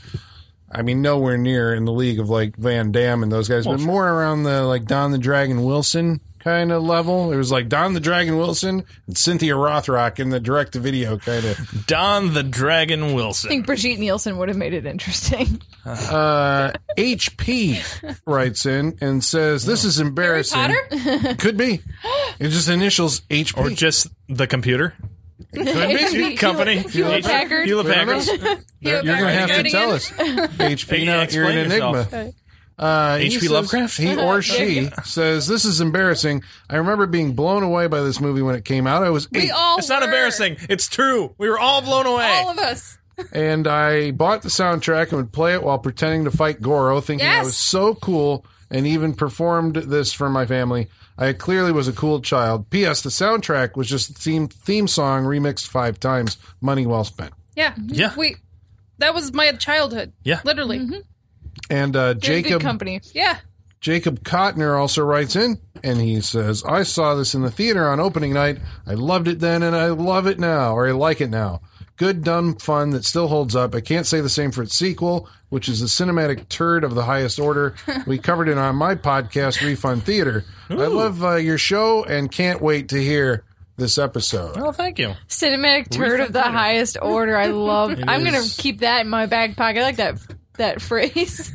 S1: I mean, nowhere near in the league of like Van Damme and those guys, but more around the like Don the Dragon Wilson kind of level. It was like Don the Dragon Wilson and Cynthia Rothrock in the direct to video kind of
S2: Don the Dragon
S3: I
S2: Wilson.
S3: think Brigitte Nielsen would have made it interesting.
S1: uh, HP writes in and says, "This is embarrassing." Could be. It's just initials HP.
S2: Or just the computer
S1: Could be.
S2: company.
S3: Hewlett Packard.
S2: Hewlett Packard.
S1: You're going to have to tell us. HP, now you're an
S2: Explain yourself.
S1: enigma. Uh, he
S2: HP
S1: says-
S2: Lovecraft?
S1: He or she says, This is embarrassing. I remember being blown away by this movie when it came out. I was eight.
S4: we all
S2: It's not
S4: were.
S2: embarrassing. It's true. We were all blown away.
S4: All of us.
S1: and I bought the soundtrack and would play it while pretending to fight Goro, thinking I
S4: Yes.
S1: was so cool and even performed this for my family. I clearly was a cool child. P.S. The soundtrack was just the theme theme song remixed five times. Money well spent.
S4: Yeah.
S2: Yeah.
S4: We. That was my childhood.
S2: Yeah. Mm-hmm.
S4: Literally.
S1: And uh,
S3: They're
S1: Jacob
S3: good company.
S4: Yeah.
S1: Jacob Kotner also writes in and he says, I saw this in the theater on opening night. I loved it then and I love it now, or I like it now. Good, dumb fun that still holds up. I can't say the same for its sequel, which is a cinematic turd of the highest order. We covered it on my podcast, Refund Theater. I love uh, your show and can't wait to hear this episode.
S2: Well, thank you.
S3: Cinematic turd of the highest order. I love. I'm gonna
S2: is.
S3: keep that in my back pocket. I like that that phrase.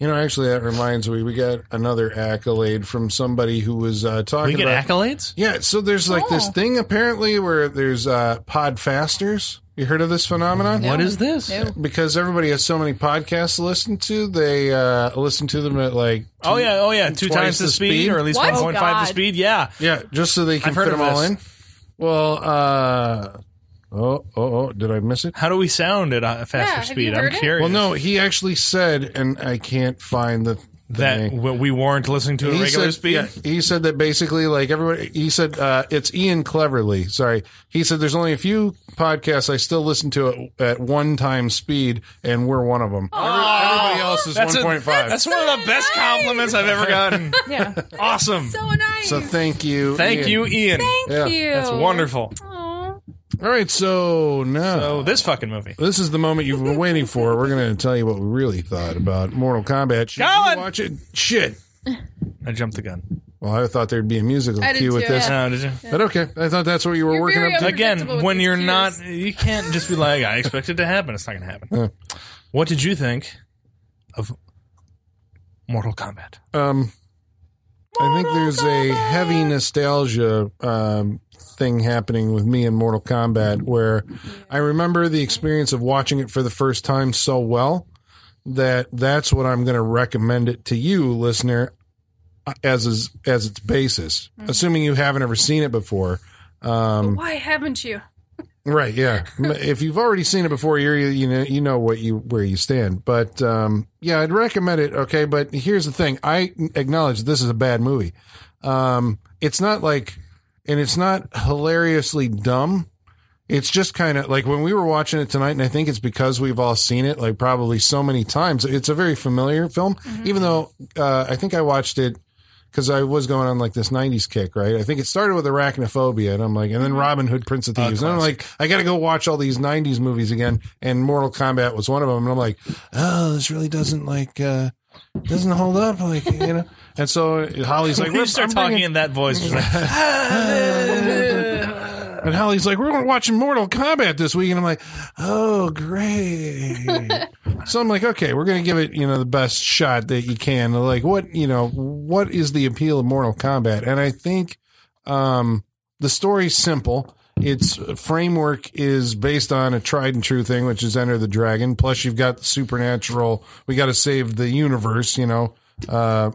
S1: You know, actually, that reminds me, we got another accolade from somebody who was uh, talking
S2: We get
S1: about.
S2: accolades?
S1: Yeah, so there's like this
S3: Oh.
S1: thing apparently where there's uh, podfasters. You heard of this phenomenon?
S2: What is this?
S1: Because everybody has so many podcasts to listen to, they uh, listen to them at like
S2: Oh, yeah. Oh, yeah. Two
S1: Twice
S2: times the
S1: the
S2: speed,
S1: speed?
S2: or at least
S3: What?
S2: 1.5 the
S3: God.
S2: speed. Yeah.
S1: yeah, just so they can
S2: I've heard
S1: fit
S2: of
S1: them all
S2: this.
S1: in. Well, uh, oh, oh, oh, did I miss it?
S2: How do we sound at a faster
S4: Yeah, have
S2: speed?
S4: you
S2: I'm
S4: heard it?
S2: curious.
S1: Well, no, he actually said, and I can't find the
S2: That
S1: thing.
S2: w- we weren't listening to a regular
S1: said,
S2: speed?
S1: yeah, he said that basically, like everybody, he said uh, it's Ian Cleverly. Sorry, he said there's only a few podcasts I still listen to at, at one time speed, and we're one of them. Every- everybody else is
S2: That's a-
S1: 1.5.
S2: That's one of the best compliments I've ever gotten.
S3: Yeah.
S2: awesome.
S4: So nice.
S1: So thank you.
S2: Thank
S1: Ian.
S2: you, Ian.
S1: Yeah.
S4: Thank you.
S2: That's wonderful.
S1: All right, so now
S2: Oh, this fucking movie.
S1: this is the moment you've been waiting for. We're going to tell you what we really thought about Mortal Kombat. Should you
S2: Colin!
S1: watch it? Shit.
S2: I jumped the gun.
S1: Well, I thought there'd be a musical
S4: I did
S1: cue with
S4: too,
S1: this,
S4: yeah.
S2: Oh, did you?
S1: but okay. I thought that's what you were
S4: You're
S1: working
S4: very
S1: up to.
S2: Again,
S4: Predictable with
S2: when
S4: these
S2: you're
S4: cues.
S2: not, you can't just be like, I expect it to happen. It's not going to happen. What did you think of Mortal Kombat.
S1: Um, I think there's a heavy nostalgia um, thing happening with me in Mortal Kombat where I remember the experience of watching it for the first time so well that that's what I'm going to recommend it to you, listener, as is, as its basis, assuming you haven't ever seen it before. Um,
S4: Why haven't you?
S1: Right. Yeah. M- if you've already seen it before, you're you know you know what you where you stand. But um, yeah, I'd recommend it. Okay, but here's the thing: I acknowledge this is a bad movie. Um, it's not like, and it's not hilariously dumb. It's just kind of like when we were watching it tonight, and I think it's because we've all seen it like probably so many times. It's a very familiar film, even though uh, I think I watched it because I was going on like this '90s kick, right? I think it started with Arachnophobia, and I'm like, and then Robin Hood, Prince of Thieves, and I'm like, I got to go watch all these '90s movies again, and Mortal Kombat was one of them, and I'm like, oh, this really doesn't like uh, doesn't hold up, like you know. And so Holly's like,
S2: When you
S1: "We're-
S2: start
S1: I'm
S2: talking
S1: bringing-
S2: in that voice, it's like, "Ah."
S1: and Holly's like, we're watching Mortal Kombat this week. And I'm like, oh, great. so I'm like, okay, we're going to give it, you know, the best shot that you can. Like, what, you know, what is the appeal of Mortal Kombat? And I think um, the story's simple. Its framework is based on a tried and true thing, which is Enter the Dragon. Plus, you've got the supernatural, we got to save the universe, you know, uh,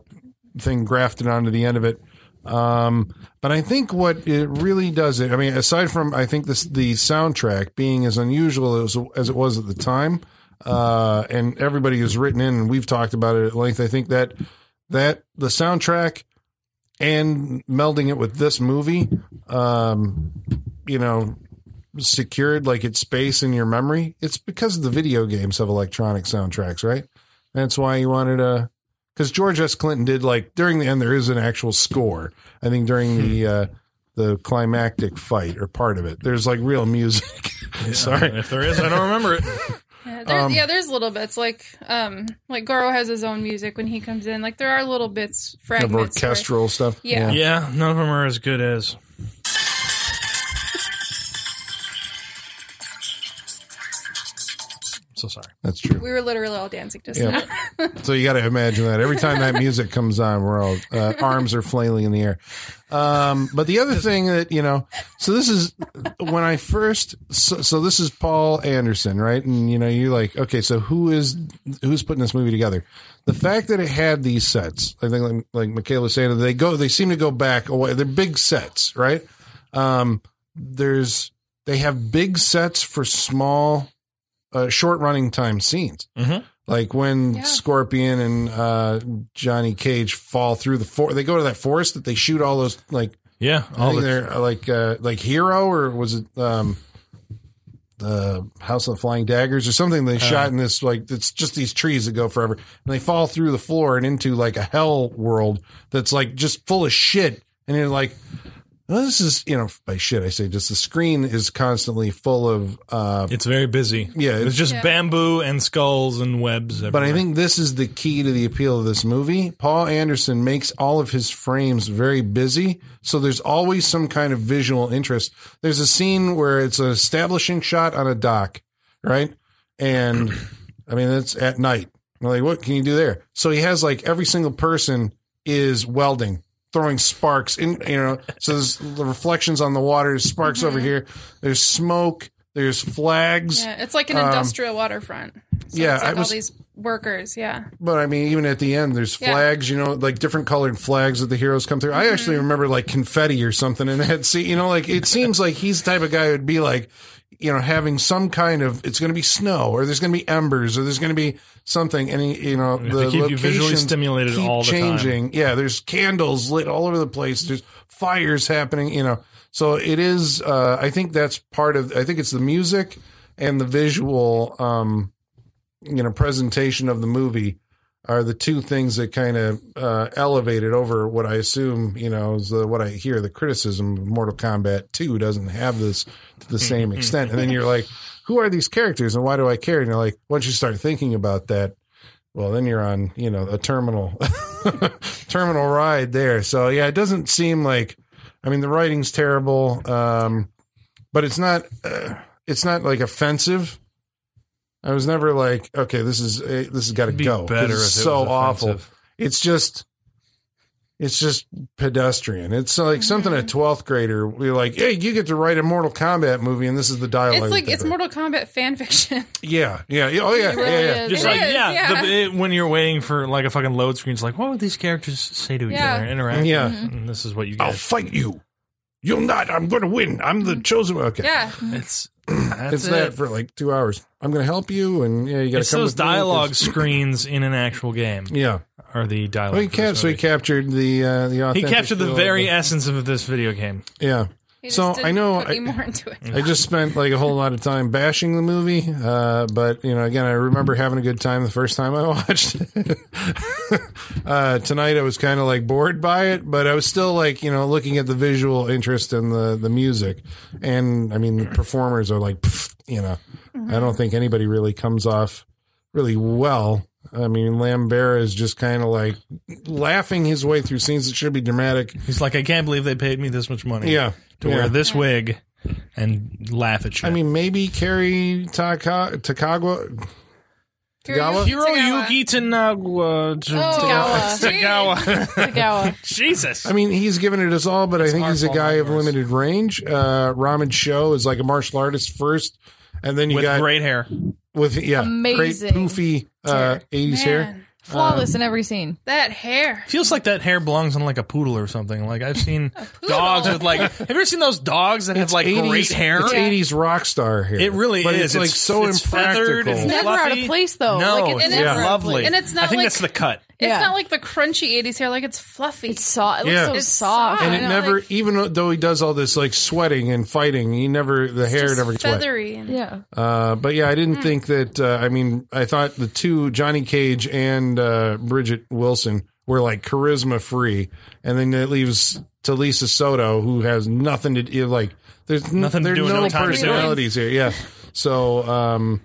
S1: thing grafted onto the end of it. Um, but I think what it really does it, I mean, aside from I think this the soundtrack being as unusual as as it was at the time, uh, and everybody who's written in and we've talked about it at length. I think that that the soundtrack and melding it with this movie, um, you know, secured like its space in your memory. It's because the video games have electronic soundtracks, right? That's why you wanted to. Because George S. Clinton did like during the end, there is an actual score. I think during the uh, the climactic fight or part of it, there's like real music. Sorry,
S2: if there is, I don't remember it.
S4: Yeah, there,
S1: Um,
S4: yeah, there's little bits like um like Goro has his own music when he comes in. Like there are little bits
S1: of
S4: fragments. where-
S1: orchestral stuff.
S4: Yeah.
S2: Yeah, none of them are as good as. So sorry.
S1: that's true.
S4: We were literally all dancing to
S1: Yeah.
S4: yeah.
S1: So you got to imagine that every time that music comes on, we're all uh, arms are flailing in the air. Um, but the other thing that you know, so this is when I first, so, so this is Paul Anderson, right? And you know, you're like, okay, so who is who's putting this movie together? The fact that it had these sets, I think, like, like Michaela said, they go, they seem to go back away. They're big sets, right? Um, there's they have big sets for small, uh, short running time scenes like when
S4: Yeah.
S1: Scorpion and uh, Johnny Cage fall through the forest. They go to that forest that they shoot all those like
S2: Yeah,
S1: all
S2: all the
S1: their like uh, like Hero or was it um, the House of the Flying Daggers or something they shot in this like it's just these trees that go forever and they fall through the floor and into like a hell world that's like just full of shit and you're like well, this is you know by shit I say just the screen is constantly full of uh,
S2: It's very busy.
S1: Yeah,
S2: it's,
S1: it's-
S2: just
S4: Yeah.
S2: bamboo and skulls and webs. Everywhere.
S1: But I think this is the key to the appeal of this movie. Paul Anderson makes all of his frames very busy, so there's always some kind of visual interest. There's a scene where it's an establishing shot on a dock, right? And I mean, it's at night. You're like, what can you do there? So he has like every single person is welding, throwing sparks in, you know, so there's the reflections on the water, there's sparks over here, there's smoke, there's flags.
S4: Yeah, it's like an
S1: Um,
S4: industrial waterfront. So
S1: yeah,
S4: it's
S1: I
S4: like
S1: was-
S4: all these workers. Yeah,
S1: But I mean, even at the end, there's
S4: Yeah.
S1: flags, you know, like different colored flags that the heroes come through. I actually remember like confetti or something in that scene. You know, like it seems like he's the type of guy who'd be like, you know, having some kind of it's going to be snow or there's going to be embers or there's going to be something. And he, you know,
S2: They
S1: the
S2: keep you visually
S1: locations
S2: stimulated
S1: keep
S2: all the time.
S1: changing. Yeah, there's candles lit all over the place. There's fires happening. You know, so it is. Uh, I think that's part of. I think it's the music and the visual. Um, you know presentation of the movie are the two things that kind of uh, elevate it over what I assume you know is the, what I hear the criticism of Mortal Kombat Two doesn't have this to the same extent, and then you're like, who are these characters and why do I care? And you're like, once you start thinking about that, well, then you're on you know a terminal terminal ride there. So yeah, it doesn't seem like I mean the writing's terrible, um, but it's not uh, it's not like offensive I was never like, okay, this is eh, this has got to
S2: It'd be
S1: go. 'cause
S2: better if it
S1: It's
S2: was
S1: so awful.
S2: offensive.
S1: It's just, it's just pedestrian. It's like something
S4: Mm-hmm.
S1: a twelfth grader. We're like, hey, you get to write a Mortal Kombat movie, and this is the dialogue.
S4: It's
S1: that
S4: like
S1: they
S4: it's
S1: write.
S4: Mortal Kombat fan fiction.
S1: Yeah, yeah, yeah, oh yeah,
S3: It
S1: yeah,
S3: really
S1: yeah.
S3: is.
S2: Just
S4: It
S2: like
S4: is,
S2: yeah,
S4: yeah.
S2: The, it, when you're waiting for like a fucking load screen, it's like what would these characters say to each
S4: Yeah.
S2: other, and interact?
S1: Yeah.
S2: and this is what you
S1: I'll
S2: get.
S1: fight you. You'll not. I'm going to win. I'm the chosen. one. Okay,
S4: Mm-hmm. Yeah.
S2: It's that's
S1: it's
S2: it.
S1: that for like two hours. I'm going to help you, and yeah, you got
S2: It's
S1: to come.
S2: those
S1: with me, 'cause-
S2: dialogue screens in an actual game
S1: Yeah.
S2: are the dialogue.
S1: Well, he
S2: for
S1: cap-
S2: this
S1: so he
S2: movie.
S1: captured the uh, the
S2: He
S1: authentic
S2: captured the
S1: feel of
S2: very essence of this video game.
S1: yeah.
S4: He just
S1: So,
S4: didn't
S1: I know-
S4: put
S1: I-
S4: any more into it.
S1: I just spent like a whole lot of time bashing the movie, uh, but you know, again, I remember having a good time the first time I watched it. uh, tonight, I was kind of like bored by it, but I was still like you know looking at the visual interest and the the music, and I mean, the performers are like, pff, you know, I don't think anybody really comes off really well. I mean, Lambert is just kind of like laughing his way through scenes that should be dramatic.
S2: He's like, I can't believe they paid me this much money.
S1: Yeah.
S2: to
S1: Yeah.
S2: wear this wig and laugh at shit.
S1: I mean, maybe Kerry Taka- Takagawa. Tagawa?
S2: Hiroyuki
S3: Oh,
S2: Tanagawa.
S4: Tagawa.
S1: Um,
S3: Tagawa.
S2: Jesus.
S1: I mean, he's given it his all, but I think
S2: our
S1: he's a
S2: fault,
S1: guy
S2: not
S1: of
S2: yours.
S1: limited range. Uh, Ramen Show is like a martial artist first, and then you
S2: With
S1: got
S2: great hair.
S1: with yeah,
S3: Amazing
S1: great poofy uh, '80s hair.
S4: Man,
S3: Flawless in every scene.
S4: that hair.
S2: Feels like that hair belongs on like a poodle or something. Like I've seen dogs with like. Have you ever seen those dogs that have like
S1: 80s,
S2: great hair?
S1: It's '80s rock star hair.
S2: It really
S1: but It's
S2: is.
S1: like
S2: It's-
S1: so
S2: it's feathered,
S1: impractical.
S2: it's
S3: Never out
S2: fluffy.
S3: of place though.
S2: No,
S3: like,
S4: it's
S3: never out of
S2: lovely.
S3: place.
S4: And it's
S2: I
S4: not
S2: think
S4: like-
S2: that's the cut.
S4: It's
S3: Yeah.
S4: not like the crunchy 80s hair, like it's fluffy.
S3: It's soft. It
S1: Yeah.
S3: looks so
S1: It's
S3: soft.
S1: and
S4: I
S1: it
S4: know,
S1: never,
S4: like-
S1: even though he does all this like sweating and fighting, he never the hair
S4: Just
S1: never gets wet.
S4: feathery. And,
S3: yeah.
S1: Uh, but yeah, I didn't think that. Uh, I mean, I thought the two Johnny Cage and uh, Bridget Wilson were like charisma free, and then it leaves to Lisa Soto, who has nothing to do. Like, there's n-
S2: Nothing to
S1: There's
S2: do and
S1: no
S2: no time
S4: to do it.
S1: personalities here. Yeah. So um,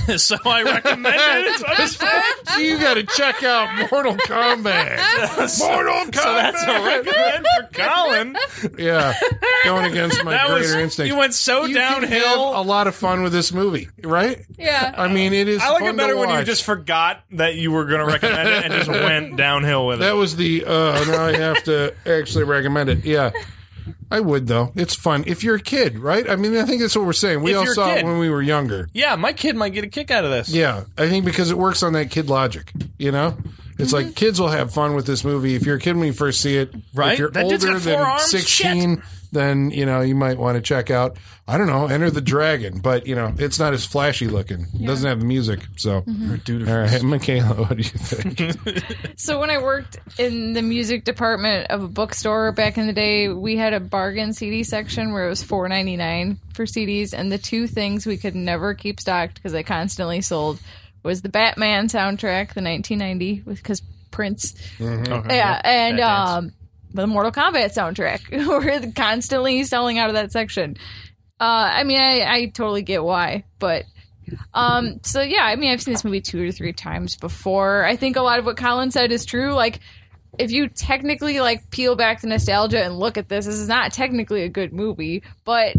S2: so I recommend it. So
S1: you got to check out Mortal Kombat. Mortal Kombat.
S2: that's a recommend for Colin.
S1: yeah, going against my
S2: That
S1: greater
S2: was
S1: instincts.
S2: you went so
S1: You can have
S2: downhill.
S1: a lot of fun with this movie, right?
S4: Yeah.
S1: I mean, it is.
S2: I like
S1: fun
S2: it better
S1: to
S2: when you
S1: watch.
S2: just forgot that you were going to recommend it and just went downhill with
S1: That
S2: it.
S1: was the uh now I have to actually recommend it. Yeah. I would though. It's fun. If you're a kid, right? I mean, I think that's what we're saying. We
S2: If
S1: all
S2: you're a
S1: saw it
S2: kid.
S1: when we were younger.
S2: Yeah, my kid might get a kick out of this.
S1: Yeah. I think because it works on that kid logic, you know? It's
S2: Mm-hmm.
S1: like kids will have fun with this movie. If you're a kid when you first see it,
S2: Right?
S1: If you're
S2: That dude's
S1: older
S2: got
S1: than
S2: four arms?
S1: 16, then you know you might want to check out. I don't know, Enter the Dragon, but you know it's not as flashy looking. It Doesn't have the music, so.
S2: Mm-hmm.
S1: All right, Michaela, what do you think?
S3: So when I worked in the music department of a bookstore back in the day, we had a bargain CD section where it was four ninety nine for CDs, and the two things we could never keep stocked because they constantly sold was the Batman soundtrack, the nineteen ninety, because Prince,
S2: Okay.
S3: yeah, and
S2: Batman's.
S3: um, the Mortal Kombat soundtrack. We're constantly selling out of that section. Uh, I mean, I, I totally get why, but um, so yeah, I mean, I've seen this movie two or three times before. I think a lot of what Colin said is true. Like, if you technically like peel back the nostalgia and look at this, this is not technically a good movie, but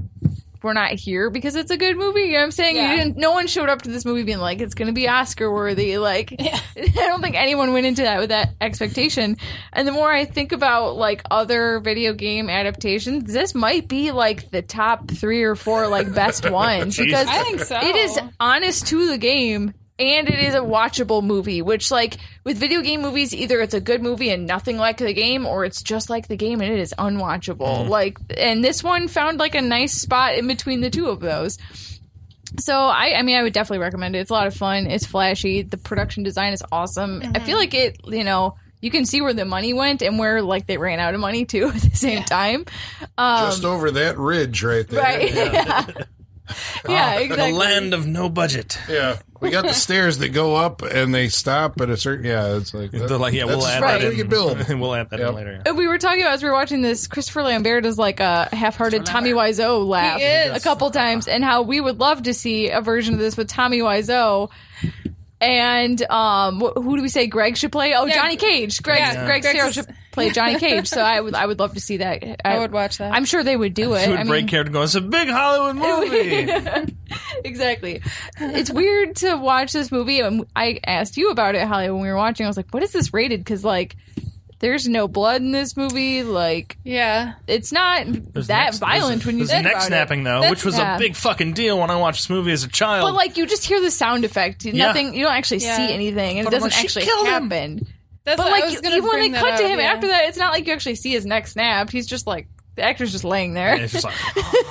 S3: we're not here because it's a good movie. You know what I'm saying?
S4: Yeah.
S3: You didn't. No one showed up to this movie being like, "It's going to be Oscar worthy." Like, I don't think anyone went into that with that expectation. And the more I think about like other video game adaptations, this might be like the top three or four like best ones because
S4: I think so.
S3: it is honest to the game and it is a watchable movie which like with video game movies either it's a good movie and nothing like the game or it's just like the game and it is unwatchable like and this one found like a nice spot in between the two of those so I, I mean, I would definitely recommend it. It's a lot of fun. It's flashy. The production design is awesome. I feel like it, you know, you can see where the money went and where like they ran out of money too at the same time.
S1: Just over that ridge right there.
S3: Right? Yeah. yeah.
S2: The
S3: Exactly.
S2: land of no budget.
S1: Yeah, we got the stairs that go up and they stop at a certain. Yeah, it's like
S2: They're like, yeah,
S1: that's
S2: we'll
S1: as
S2: add
S1: far
S3: right.
S1: as
S2: that
S1: we
S2: in.
S1: can build.
S2: we'll add that
S1: Yep.
S2: in later.
S3: And Uh, we were talking about as we were watching this. Christopher Lambert does like a half-hearted Tommy Wiseau laugh
S4: He is.
S3: a couple times, and how we would love to see a version of this with Tommy Wiseau. And um, wh- who do we say Greg should play? Oh,
S4: Yeah.
S3: Johnny Cage. Greg,
S4: Yeah.
S3: Greg
S4: Greg's
S3: Sero
S4: is-
S3: should play Johnny Cage. So I would, I would love to see that. I,
S4: would watch that.
S3: I'm sure they would do it.
S2: He would
S3: Oh, I mean,
S2: break character and go, it's a big Hollywood movie.
S3: exactly. It's weird to watch this movie. And I asked you about it, Holly, when we were watching. I was like, "What is this rated?" Because like, there's no blood in this movie. Like,
S4: Yeah.
S3: it's not that
S2: neck-
S3: violent when you
S2: There's
S3: think
S2: neck
S3: about
S2: snapping
S3: it.
S2: though,
S4: That's-
S2: which was
S3: yeah.
S2: a big fucking deal when I watched this movie as a child.
S3: But like, you just hear the sound effect. Nothing. You don't actually
S4: Yeah.
S3: see anything, and
S2: But
S3: it
S2: I'm like,
S3: doesn't
S2: she
S3: actually
S2: killed him.
S3: happen.
S4: That's
S3: But
S4: what I
S3: like,
S4: was gonna
S3: even when they
S4: bring
S3: cut
S4: that
S3: to
S4: up,
S3: him
S4: yeah.
S3: after that, it's not like you actually see his neck snapped. He's just like the actor's just laying there.
S2: And it's just like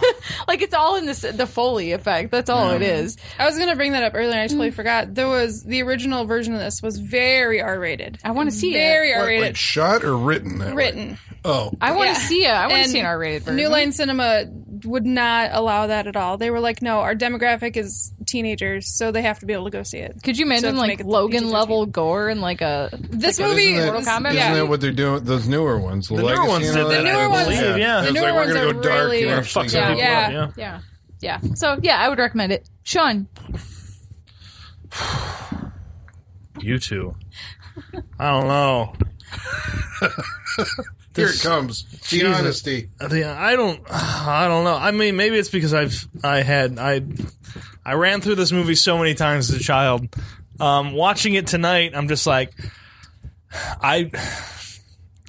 S3: like it's all in this the Foley effect. That's all it
S2: Mm.
S3: is.
S4: I was gonna bring that up earlier and I totally
S3: Mm.
S4: forgot. There was the original version of this was very R rated.
S3: I wanna see it.
S4: Very R
S1: Like,
S4: rated.
S1: shot or written? that way?
S4: Written.
S1: Oh,
S3: I want
S4: Yeah.
S3: to see it. I want to
S4: And
S3: see an R-rated version.
S4: New Line Cinema would not allow that at all. They were like, no, our demographic is teenagers, so they have to be able to go see it.
S3: Could you
S4: So
S3: imagine
S4: to make
S3: like
S4: it
S3: Logan
S4: PG-13.
S3: level gore and like a
S4: This
S3: like a-
S4: movie,
S1: Isn't, that,
S3: Mortal Kombat,
S1: isn't
S4: yeah.
S1: that what they're doing? with Those newer ones, the,
S2: newer
S1: Legacy
S2: ones
S1: and all
S2: did
S1: that?
S2: that,
S4: I believe,
S2: yeah. The
S1: It's
S4: newer
S1: like, we're
S4: ones
S1: gonna
S4: are
S1: go dark
S4: really-
S1: and
S4: Yeah,
S1: actually
S2: fuck
S1: go-
S2: some people
S4: Yeah.
S2: up. Yeah.
S3: yeah yeah. So yeah, I would recommend it. Sean,
S2: You two. I don't know.
S1: Here it comes. The
S2: Jesus.
S1: honesty.
S2: The- I don't. I don't know. I mean, maybe it's because I've I had I I ran through this movie so many times as a child. Um, watching it tonight, I'm just like I.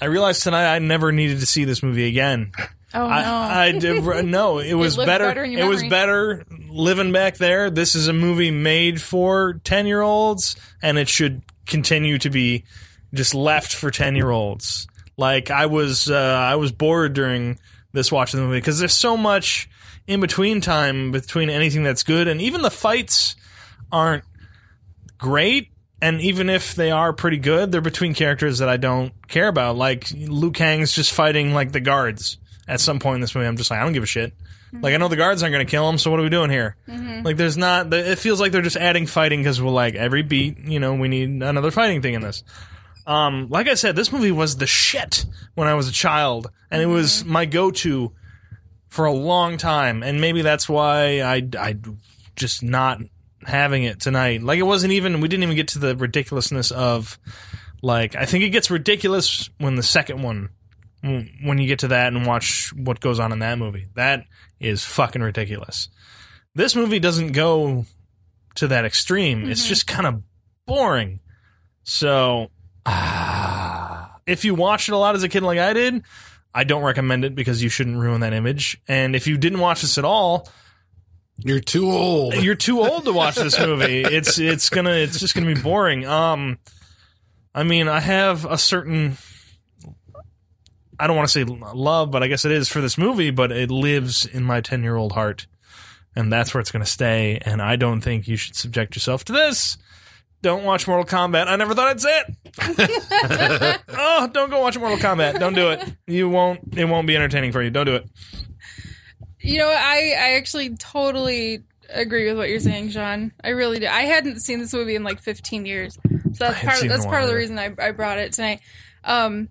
S2: I realized tonight I never needed to see this movie again.
S3: oh
S2: I, I did, no, it was
S3: lived
S2: better.
S3: better in your
S2: it was
S3: memory.
S2: better living back there. This is a movie made for ten year olds, and it should continue to be just left for ten year olds. Like I was, uh, I was bored during this watching the movie because there's so much in between time between anything that's good, and even the fights aren't great. And even if they are pretty good, they're between characters that I don't care about. Like Liu Kang's just fighting like the guards at some point in this movie. I'm just like, I don't give a shit. Like I know the guards aren't going to kill him, so what are we doing here? Like there's not. the- It feels like they're just adding fighting because we're like every beat. You know, we need another fighting thing in this. Um, like I said, this movie was the shit when I was a child, and it was my go-to for a long time. And maybe that's why I I just not having it tonight. Like it wasn't even we didn't even get to the ridiculousness of like I think it gets ridiculous when the second one when you get to that and watch what goes on in that movie. That is fucking ridiculous. This movie doesn't go to that extreme. It's just kind of boring. So ah, if you watched it a lot as a kid like I did, I don't recommend it because you shouldn't ruin that image. And if you didn't watch this at all,
S1: You're too old.
S2: you're too old to watch this movie. It's it's gonna it's just gonna be boring. Um, I mean, I have a certain I don't want to say love, but I guess it is for this movie. But it lives in my ten year old heart, and that's where it's gonna stay. And I don't think you should subject yourself to this. Don't watch Mortal Kombat. I never thought I'd say it. oh, don't go watch Mortal Kombat. Don't do it. You won't. It won't be entertaining for you. Don't do it.
S4: You know, I, I actually totally agree with what you're saying, Sean. I really do. I hadn't seen this movie in like 15 years, so that's
S2: hadn't seen
S4: part of,
S2: it in
S4: that's
S2: a
S4: part of the
S2: while.
S4: reason I, I brought it tonight. Um,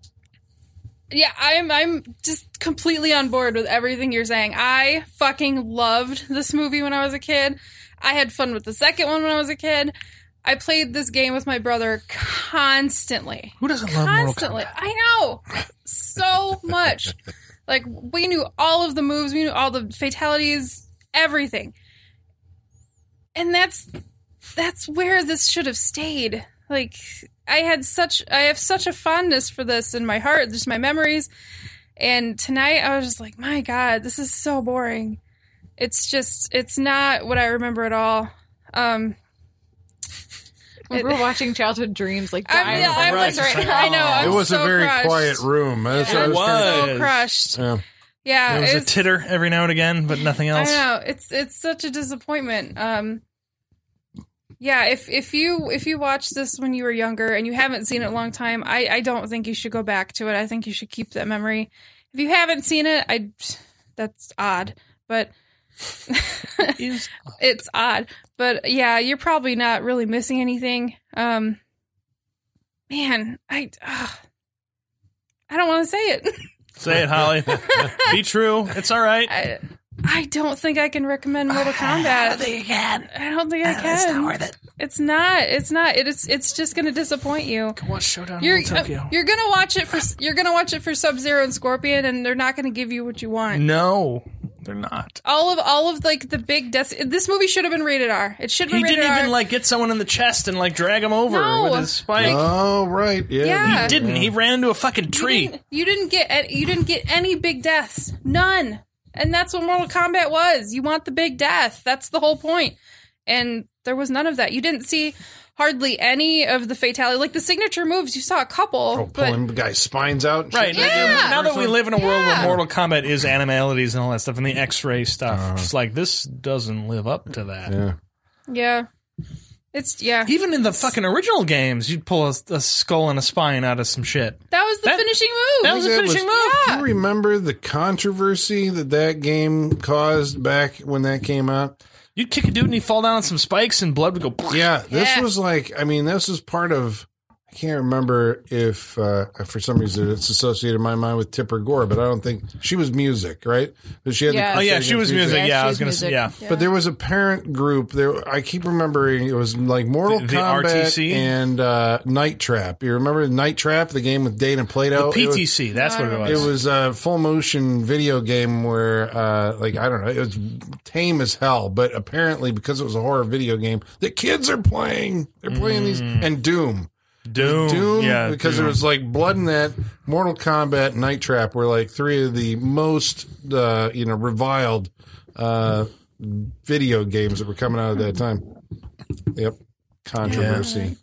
S4: yeah, I'm I'm just completely on board with everything you're saying. I fucking loved this movie when I was a kid. I had fun with the second one when I was a kid. I played this game with my brother constantly
S2: Who doesn't love Mortal Kombat?
S4: constantly. I know so much. Like we knew all of the moves, we knew all the fatalities, everything. And that's that's where this should have stayed. Like I had such I have such a fondness for this in my heart, just my memories. And tonight I was just like, "My god, this is so boring." It's just it's not what I remember at all. Um
S3: remember watching Childhood Dreams like
S4: I'm,
S3: dying
S4: yeah,
S3: from
S4: I'm like,
S2: Rice.
S4: right, I know. I'm
S1: it was
S4: so
S1: a very
S4: crushed.
S1: quiet room. That's what I
S4: I'm
S1: was trying to-
S4: so
S2: was.
S4: crushed.
S1: Yeah.
S4: Yeah,
S2: There was a
S4: it's-
S2: titter every now and again, but nothing else.
S4: I know it's it's such a disappointment. Um, yeah, if if you if you watch this when you were younger and you haven't seen it in a long time, I I don't think you should go back to it. I think you should keep that memory. If you haven't seen it, I that's odd, but
S2: Is-
S4: it's odd. But yeah, you're probably not really missing anything. Um, man, I uh, I don't want to say it.
S2: Say it, Holly. Be true. It's all right.
S4: I, I don't think I can recommend Mortal Kombat. I don't think I can. I don't think I can. It's not worth it. It's not. It's not. It is. It's just going to disappoint you.
S2: Watch Showdown
S4: You're uh, you're gonna watch it for you're gonna watch it for Sub Zero and Scorpion, and they're not going to give you what you want.
S2: no, They're not.
S4: All of all of like the big death. This movie should have been rated R. It should have
S2: He
S4: been rated
S2: didn't
S4: R.
S2: even like get someone in the chest and like drag him over
S4: No.
S2: with his spike.
S1: Oh, right. Yeah.
S4: Yeah.
S2: he didn't. He ran into a fucking tree.
S4: You didn't, you didn't get any, you didn't get any big deaths. None. And that's what Mortal Kombat was. You want the big death. That's the whole point. And there was none of that. You didn't see hardly any of the fatality. Like the signature moves, you saw a couple,
S1: Oh,
S4: but
S1: pulling the guy's spines out. and
S2: Right.
S1: shit.
S4: Yeah.
S2: Now that we live in a world where
S4: Yeah.
S2: Mortal Kombat is animalities and all that stuff and the x ray stuff, it's like this doesn't live up to that.
S1: Uh-huh. Yeah.
S4: yeah. It's yeah.
S2: Even in the fucking original games, you'd pull a, a skull and a spine out of some shit.
S4: That was the
S2: That-
S4: finishing move.
S2: that was the
S1: That
S2: finishing
S1: was-
S2: move.
S1: Do you remember the controversy that that game caused back when that came out?
S2: You'd kick a dude and he'd fall down on some spikes and blood would go.
S1: Yeah, this
S4: Yeah.
S1: was like, I mean, this is part of. I can't remember if, uh, for some reason, it's associated in my mind with Tipper Gore, but I don't think she was music, right? But she had
S3: Yeah.
S1: the
S2: Oh, yeah, she was music. Yeah,
S3: Yeah,
S2: I
S3: she
S2: was
S3: was
S2: going to say,
S3: music.
S2: yeah.
S1: But there was a parent group. There, I keep remembering it was like Mortal
S2: The- the
S1: Kombat
S2: RTC?
S1: and uh, Night Trap. You remember Night Trap, the game with Dana Plato?
S2: The PTC, that's what it
S1: It
S2: was.
S1: was, it was a full motion video game where, uh, like, I don't know, it was tame as hell. But apparently, because it was a horror video game, the kids are playing. They're playing these and Doom.
S2: Mm. Doom.
S1: Doom,
S2: yeah,
S1: because
S2: Doom.
S1: there was like blood in that. Mortal Kombat, Night Trap were like three of the most, uh, you know, reviled uh, video games that were coming out at that time. Yep, controversy.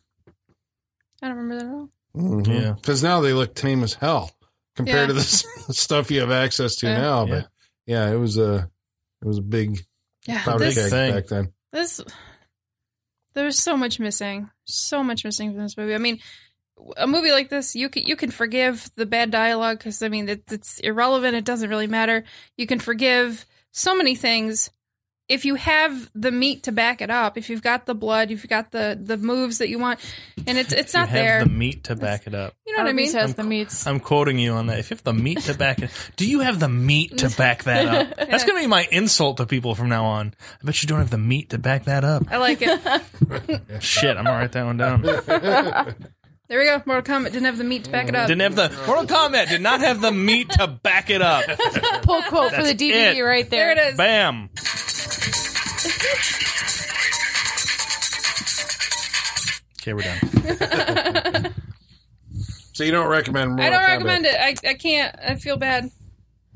S4: I don't remember that at all.
S2: Yeah.
S1: Mm-hmm. because now they look tame as hell compared
S4: Yeah.
S1: to the s- stuff you have access to
S4: Yeah.
S1: now.
S2: Yeah.
S1: But yeah, it was a it was a big
S4: Yeah.
S1: powder
S4: This,
S1: keg
S2: thing.
S1: back then.
S4: this there's so much missing so much missing from this movie i mean a movie like this you can you can forgive the bad dialogue because i mean it, it's irrelevant it doesn't really matter you can forgive so many things if you have the meat to back it up if you've got the blood if you've got the the moves that you want and it's it's
S2: You
S4: not
S2: have
S4: there
S2: the meat to back it up.
S4: you know
S3: Oh,
S4: what i mean
S3: has the meats.
S2: I'm quoting you on that. If you have the meat to back it, do you have the meat to back that up? That's going to be my insult to people from now on. I bet you don't have the meat to back that up.
S4: i like it
S2: Shit, I'm gonna write that one down.
S4: there we go mortal kombat didn't have the meat to back it up
S2: Didn't have the Mortal Kombat. Did not have the meat to back it up.
S3: Pull quote for the DVD
S2: it.
S3: right there.
S4: there it is
S2: Bam. Okay, we're done.
S1: So you don't recommend?
S4: i
S1: Mortal
S4: don't recommend it I, I can't i feel bad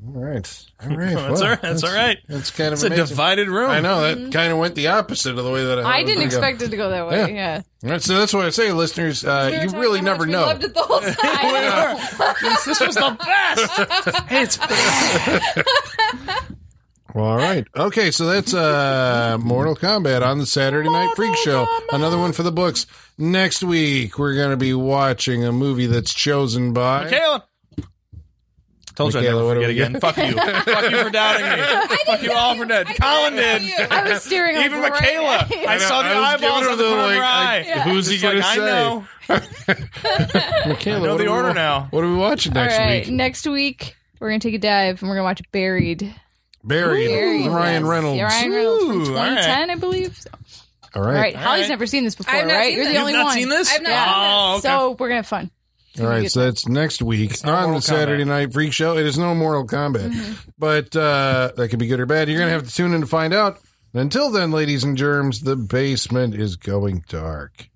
S1: All right, all right,
S2: That's all right. That's all right.
S1: That's kind of
S2: It's a
S1: amazing.
S2: divided room.
S1: I know
S4: Mm-hmm.
S1: that kind of went the opposite of the way that I. thought
S3: I
S1: it was
S3: didn't
S1: gonna go.
S3: expect it to go that way.
S1: Yeah.
S3: Yeah.
S1: All right, so that's what I say, listeners.
S4: We were
S1: Uh, you
S4: talking
S1: really
S4: how much
S1: never
S4: we
S1: know.
S4: loved it the whole time
S2: This, this was the best. hey, it's
S1: Well, all right. Okay, so that's uh, Mortal Kombat on the Saturday Night Freak Show. Another one for the books. Next week, we're going to be watching a movie that's chosen by.
S2: Michaela. Told you I'd
S1: Michaela,
S2: never
S1: what do
S2: forget
S1: we
S2: again. Fuck you. Fuck you for doubting me. Fuck you all for doubting. Colin did.
S3: I was staring
S2: Even
S3: like, right
S2: Michaela.
S3: at you.
S2: I saw the
S1: I was
S2: eyeballs
S1: giving her
S2: on the
S1: the,
S2: corner of
S1: like,
S2: her eye.
S1: like, who's he
S2: It's
S1: gonna
S2: like, I
S1: say?
S2: know.
S1: Michaela,
S2: know
S1: what
S2: the
S1: are we
S2: order
S1: wa-
S2: now.
S1: What are we watching
S3: All
S1: next
S3: right.
S1: week?
S3: Next week, we're going to take a dive and we're going to watch Buried.
S1: Buried.
S3: Buried,
S1: Ryan
S3: yes.
S1: Reynolds.
S3: Yeah, Ryan Reynolds from
S2: Ooh, all right.
S3: 2010, I believe. So-
S1: All
S3: All
S1: right.
S3: right. Holly's
S2: right.
S3: never seen this before,
S4: I've not
S3: right?
S4: seen
S3: You're the
S4: this.
S3: only
S2: You've not
S3: one.
S2: seen this?
S4: I've not
S2: Oh, okay.
S3: So we're going to have fun.
S1: All right, so that's next week on
S2: not Mortal
S1: the Saturday
S2: Kombat. Mm-hmm.
S1: Night Freak Show. It is no Mortal Kombat, but uh, that could be good or bad. You're going to have to tune in to find out. And Until then, ladies and germs, the basement is going dark.